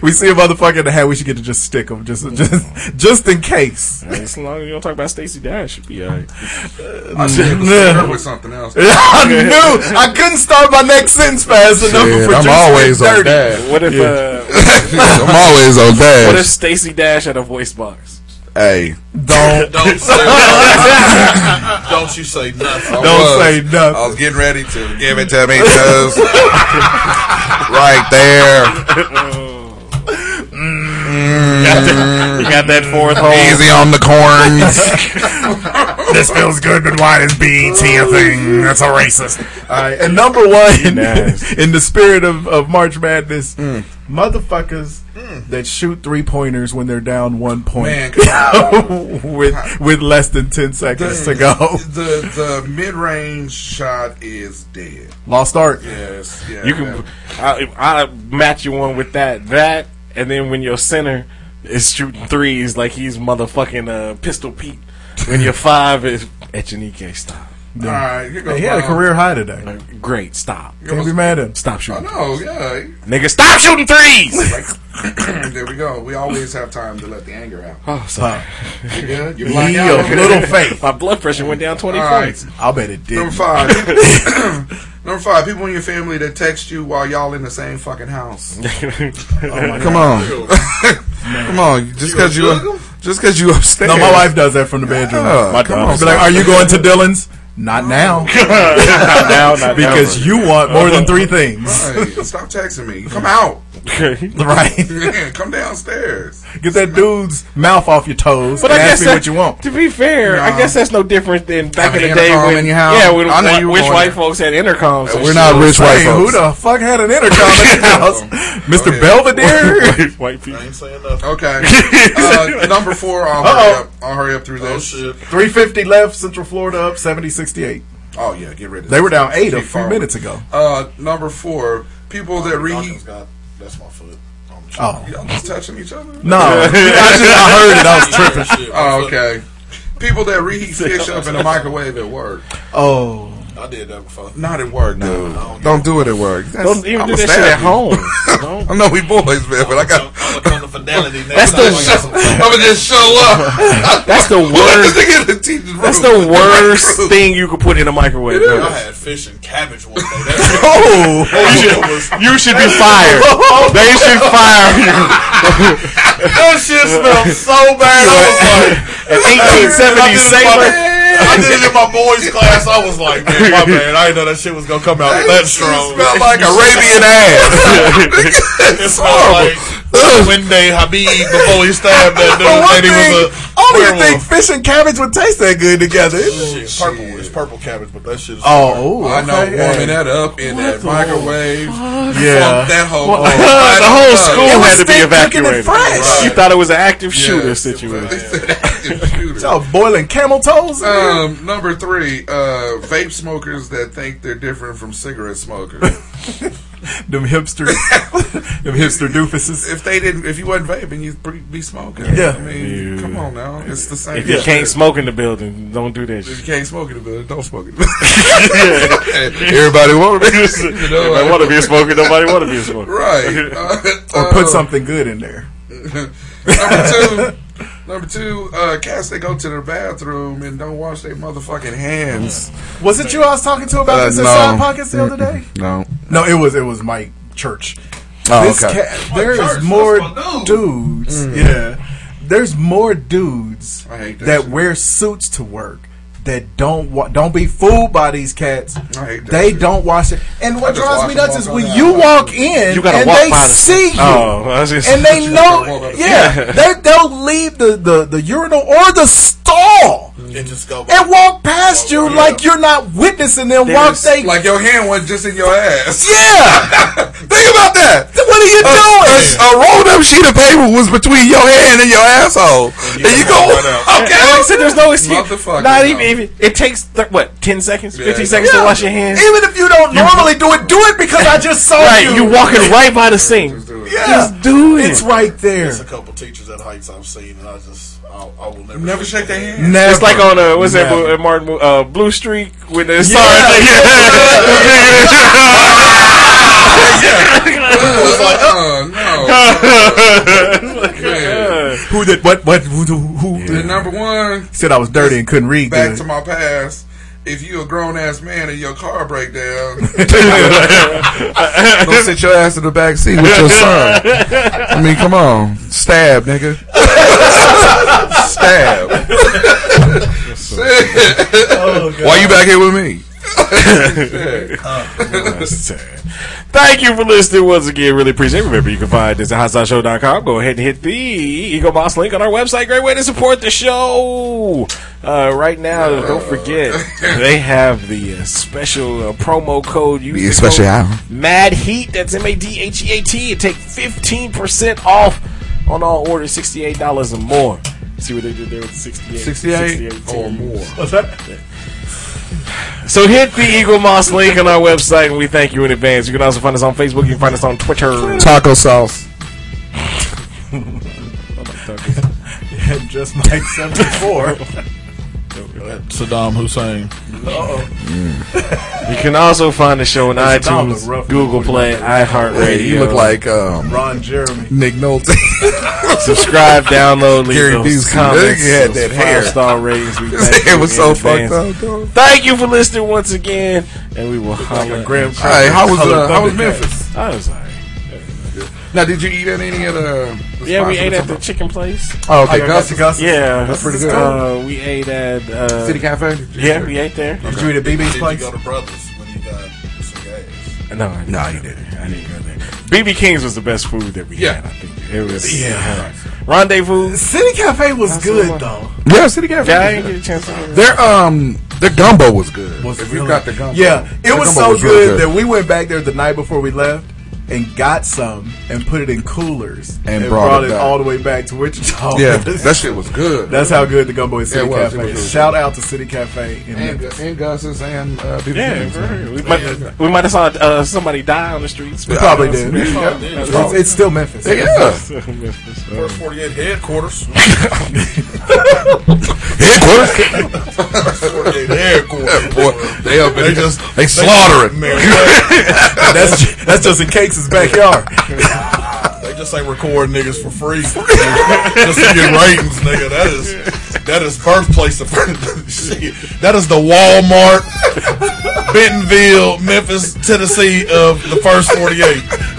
we see a motherfucker in the hat, we should get to just stick him, just just just in case.
As long as you don't talk about Stacey Dash, should be all right.
I should have started with something else.
I knew I couldn't start my next sentence fast enough.
Shit,
for
I'm
Juice
always
to get
on
dirty.
that.
What if
Yeah.
uh,
I'm always on Dash.
What if Stacey Dash had a voice box?
Hey,
Don't
don't say don't you say nothing.
I
Don't
was-
say nothing.
I was getting ready to give it to me, cuz right there.
You got that fourth hole.
Easy on the corns. this feels good, but why is BET a thing? That's a racist.
All right, and number one, in the spirit of, of March Madness,
Hmm.
motherfuckers that shoot three pointers when they're down one point
Man, come
with with less than ten seconds to
Oh.
go.
The the mid range shot is dead.
Lost art.
Yes, yeah.
You can. I, I match you one with that, that, and then when your center is shooting threes like he's motherfucking uh, Pistol Pete. When your five is Echenike, stop.
All right, here goes.
He had a
my-
career high today.
Uh,
Like, Great, stop.
Can't be mad at him.
Stop
I
shooting.
know, yeah.
Nigga, stop shooting threes.
there we go. We always have time to let the anger out.
Oh, sorry.
You good? You
He
blacked out?
a
Okay.
little faith.
My blood pressure went down twenty
All right.
points.
I bet it did.
Number five. Number five. People in your family that text you while y'all in the same fucking house.
Oh
Come on, come on. Just because you, just because you upstairs.
No, my wife does that from the bedroom.
Yeah,
my
come
dog.
on,
Be like,
son.
are you going to Dylan's? Not now.
Not now, not
because
ever.
you want more than three things.
Hey, stop texting me. Come out.
Okay.
Right.
Yeah, come downstairs.
Get that dude's mouth off your toes
But
and
I
ask
guess
me
that-
what you want.
To be fair, I
No.
guess that's no different than back
Have
in the
an
day
intercom
when
in your house?
yeah, when
I know
whi-
you were
rich
going
white
there.
folks had intercoms. and
We're
shit.
not rich white
Hey, who
folks.
the fuck had an intercom in the house? Mr. Belvedere?
White- white people.
I ain't saying nothing.
Okay. Uh, number four. I'll hurry up. I'll hurry up through
Oh
this.
shit.
350 left, Central Florida up 70 68.
Oh yeah, get rid of.
They
this.
were down eight a
Keep
few
forward.
minutes ago.
Uh, number four. People that reheat.
Duncan's got that's my foot. I'm tripping.
Oh.
Y'all just touching each other.
No. I, just, I heard it. I was tripping.
Shit, my
Oh,
foot.
okay. People that reheat fish up in the microwave at work.
Oh.
I did that before.
Not at work, dude. Don't do it at work. That's-
Don't even
I'ma
do that shit at
stab you.
home. Don't.
I know we boys, man, but I got.
I'm gonna come to fidelity next
That's
time.
the-
I'ma just show up.
That's the
What
worst.
is the teacher's room?
That's the worst thing you could put in a microwave. bro.
I had fish and cabbage one day. That
Oh, you should, you should be fired. They should fire you.
that shit smells so bad.
An 1870 sailor.
I did it in my boys' class. I was like, man, my bad. I didn't know that shit was gonna come out that strong.
Smell like Arabian ass.
It smelled like Wendy Habib before he stabbed that dude.
For one
and he
thing,
was a
I don't even think
werewolf.
fish and cabbage would taste that good together.
Shit, purple. It's purple cabbage, but that shit is.
Oh,
I know,
okay,
warming
yeah.
that up in that microwave.
Yeah.
Fuck that oh, whole.
the whole school
It was
had to be
still cooking and
evacuated.
fresh.
You thought it was an active shooter
Yes, it
situation.
was. It's an active shooter.
Y'all boiling camel toes? in here?
Um, number three, uh, vape smokers that think they're different from cigarette smokers.
them hipster, them hipster doofuses.
if they didn't, if you wasn't vaping, you'd pre- be smoking.
Yeah.
I mean, come on now, it's the same.
If you
shit.
can't smoke in the building, don't do that
if you
shit.
can't smoke in the building, don't smoke in the building. Everybody want to know,
Nobody want to be a smoker. Nobody want to be a smoker.
right? Uh,
Or put
uh,
something good in there.
number two. Number two, uh, cats that go to the bathroom and don't wash their motherfucking hands.
Was it you I was talking to about
Uh,
this in
no.
Side Pockets the other day?
No.
No, it was it was Mike Church.
Oh,
this
okay. Mm.
cat, there
Church,
is
that's
more
my dude.
dudes. Yeah, there's more dudes
I hate
that,
that shit.
wear suits to work
that don't wa- don't be fooled by these cats. They don't watch it. And
I
what
just
drives
watch
me
them
nuts is
walk
when
around.
you walk in
You gotta
and
walk
they
by the-
see you,
Oh, I was just-
and they
You gotta
know,
walk by the-
yeah, they they'll leave the, the the urinal or the stall
Mm.
and just go
and walk past you like you're not witnessing them while they
like your hand was just in your ass.
yeah.
Think about that.
What are you doing?
A, rolled up sheet of paper was between your hand and your asshole. And you, go, okay.
And like I said, there's no excuse.
Motherfucker,
Not
no.
even, even it takes th- what ten seconds, fifteen seconds
Yeah.
to wash your hands.
Even if you don't
You-
normally do it, do it because I just saw
right,
you.
you walking right by the sink.
Yeah.
Just do it.
It's right there.
There's a couple teachers at Heights I've seen, and I just I, I will never
Never shake their hand.
Never.
It's like on uh, what's that
Never.
mo- uh, Martin mo- uh, Blue Streak when the
Yeah.
yeah.
uh,
Who did what? What? Who? who, who
The number one,
said I was dirty and couldn't read
back
good.
to my past. If you a grown ass man and your car break down, go sit your ass in the back seat with your son. I mean, come on, stab, nigga, stab. Why you back here with me?
Thank you for listening once again. Really appreciate it. Remember, you can find us at hotshotshow.com. Go ahead and hit the Eagle Boss link on our website. Great way to support the show. Uh, right now, don't forget, they have the uh, special uh, promo code. Use
The
the
special
code
hour.
Mad Heat. That's M A D H E A T. And take 15% off on all orders, $68 and more. See what they did there with 68
68 or more.
What's that?
So hit the Eagle Moss link on our website, and we thank you in advance. You can also find us on Facebook. You can find us on Twitter.
Taco sauce.
Yeah, just like seventy four.
Saddam Hussein.
You can also find the show on
It's a dollar,
iTunes,
roughly.
Google Play, iHeartRadio.
You look like um,
Ron Jeremy.
Nick Nolte.
subscribe, download, leave
Gary
those
Busey.
comments.
That nigga had
those
that hair.
Five-star ratings. We
His
thank
hair
you
was
in
so
advance.
fucked up, dog.
Thank you for listening once again, and we will holler.
a Graham
All right, how was
Colored
uh, how was
Thundercat.
Memphis?
I was like,
Now, did you eat at any of the? the
yeah, we
spots
ate
that
at the chicken place.
Oh, okay,
Oh, yeah,
Gus.
Gus.
Yeah,
That's pretty good.
Uh, we ate at uh,
City Cafe. Did you-
Yeah, we ate there.
Did you eat at BB's
Did you
place?
go to Brothers when you got some gas?
No, I didn't.
No, you didn't.
I didn't go there. BB King's was the best food that we
Yeah.
had. I think it was. Yeah. Rendezvous.
City Cafe was good though.
Yeah, City Cafe.
Yeah, I didn't get a chance to.
Their um, their gumbo was good.
Was
if
really-
you got the gumbo,
Yeah, it
Their
was
gumbo
so
really
good, that we went back there the night before we left and got some and put it in coolers
And brought it
it
back.
all the way back to Wichita.
yeah, that shit was good.
That's how good the gumbo is
Yeah,
City
it was. It
Cafe.
was really
Shout out to City Cafe in
and,
Memphis.
and Gus's and uh, people.
Yeah, we might, we might have saw uh, somebody die on the streets.
We probably did.
Yeah.
It's, it's still Memphis.
yeah.
First 48 headquarters.
Headquarters.
48 headquarters.
Boy, they up in
They
here.
just-
they slaughtering.
that's ju- that's just in Cakes' backyard.
They just ain't recording niggas for free. just to get ratings, nigga. That is that is birthplace of shit. That is the Walmart, Bentonville, Memphis, Tennessee of the first forty eight.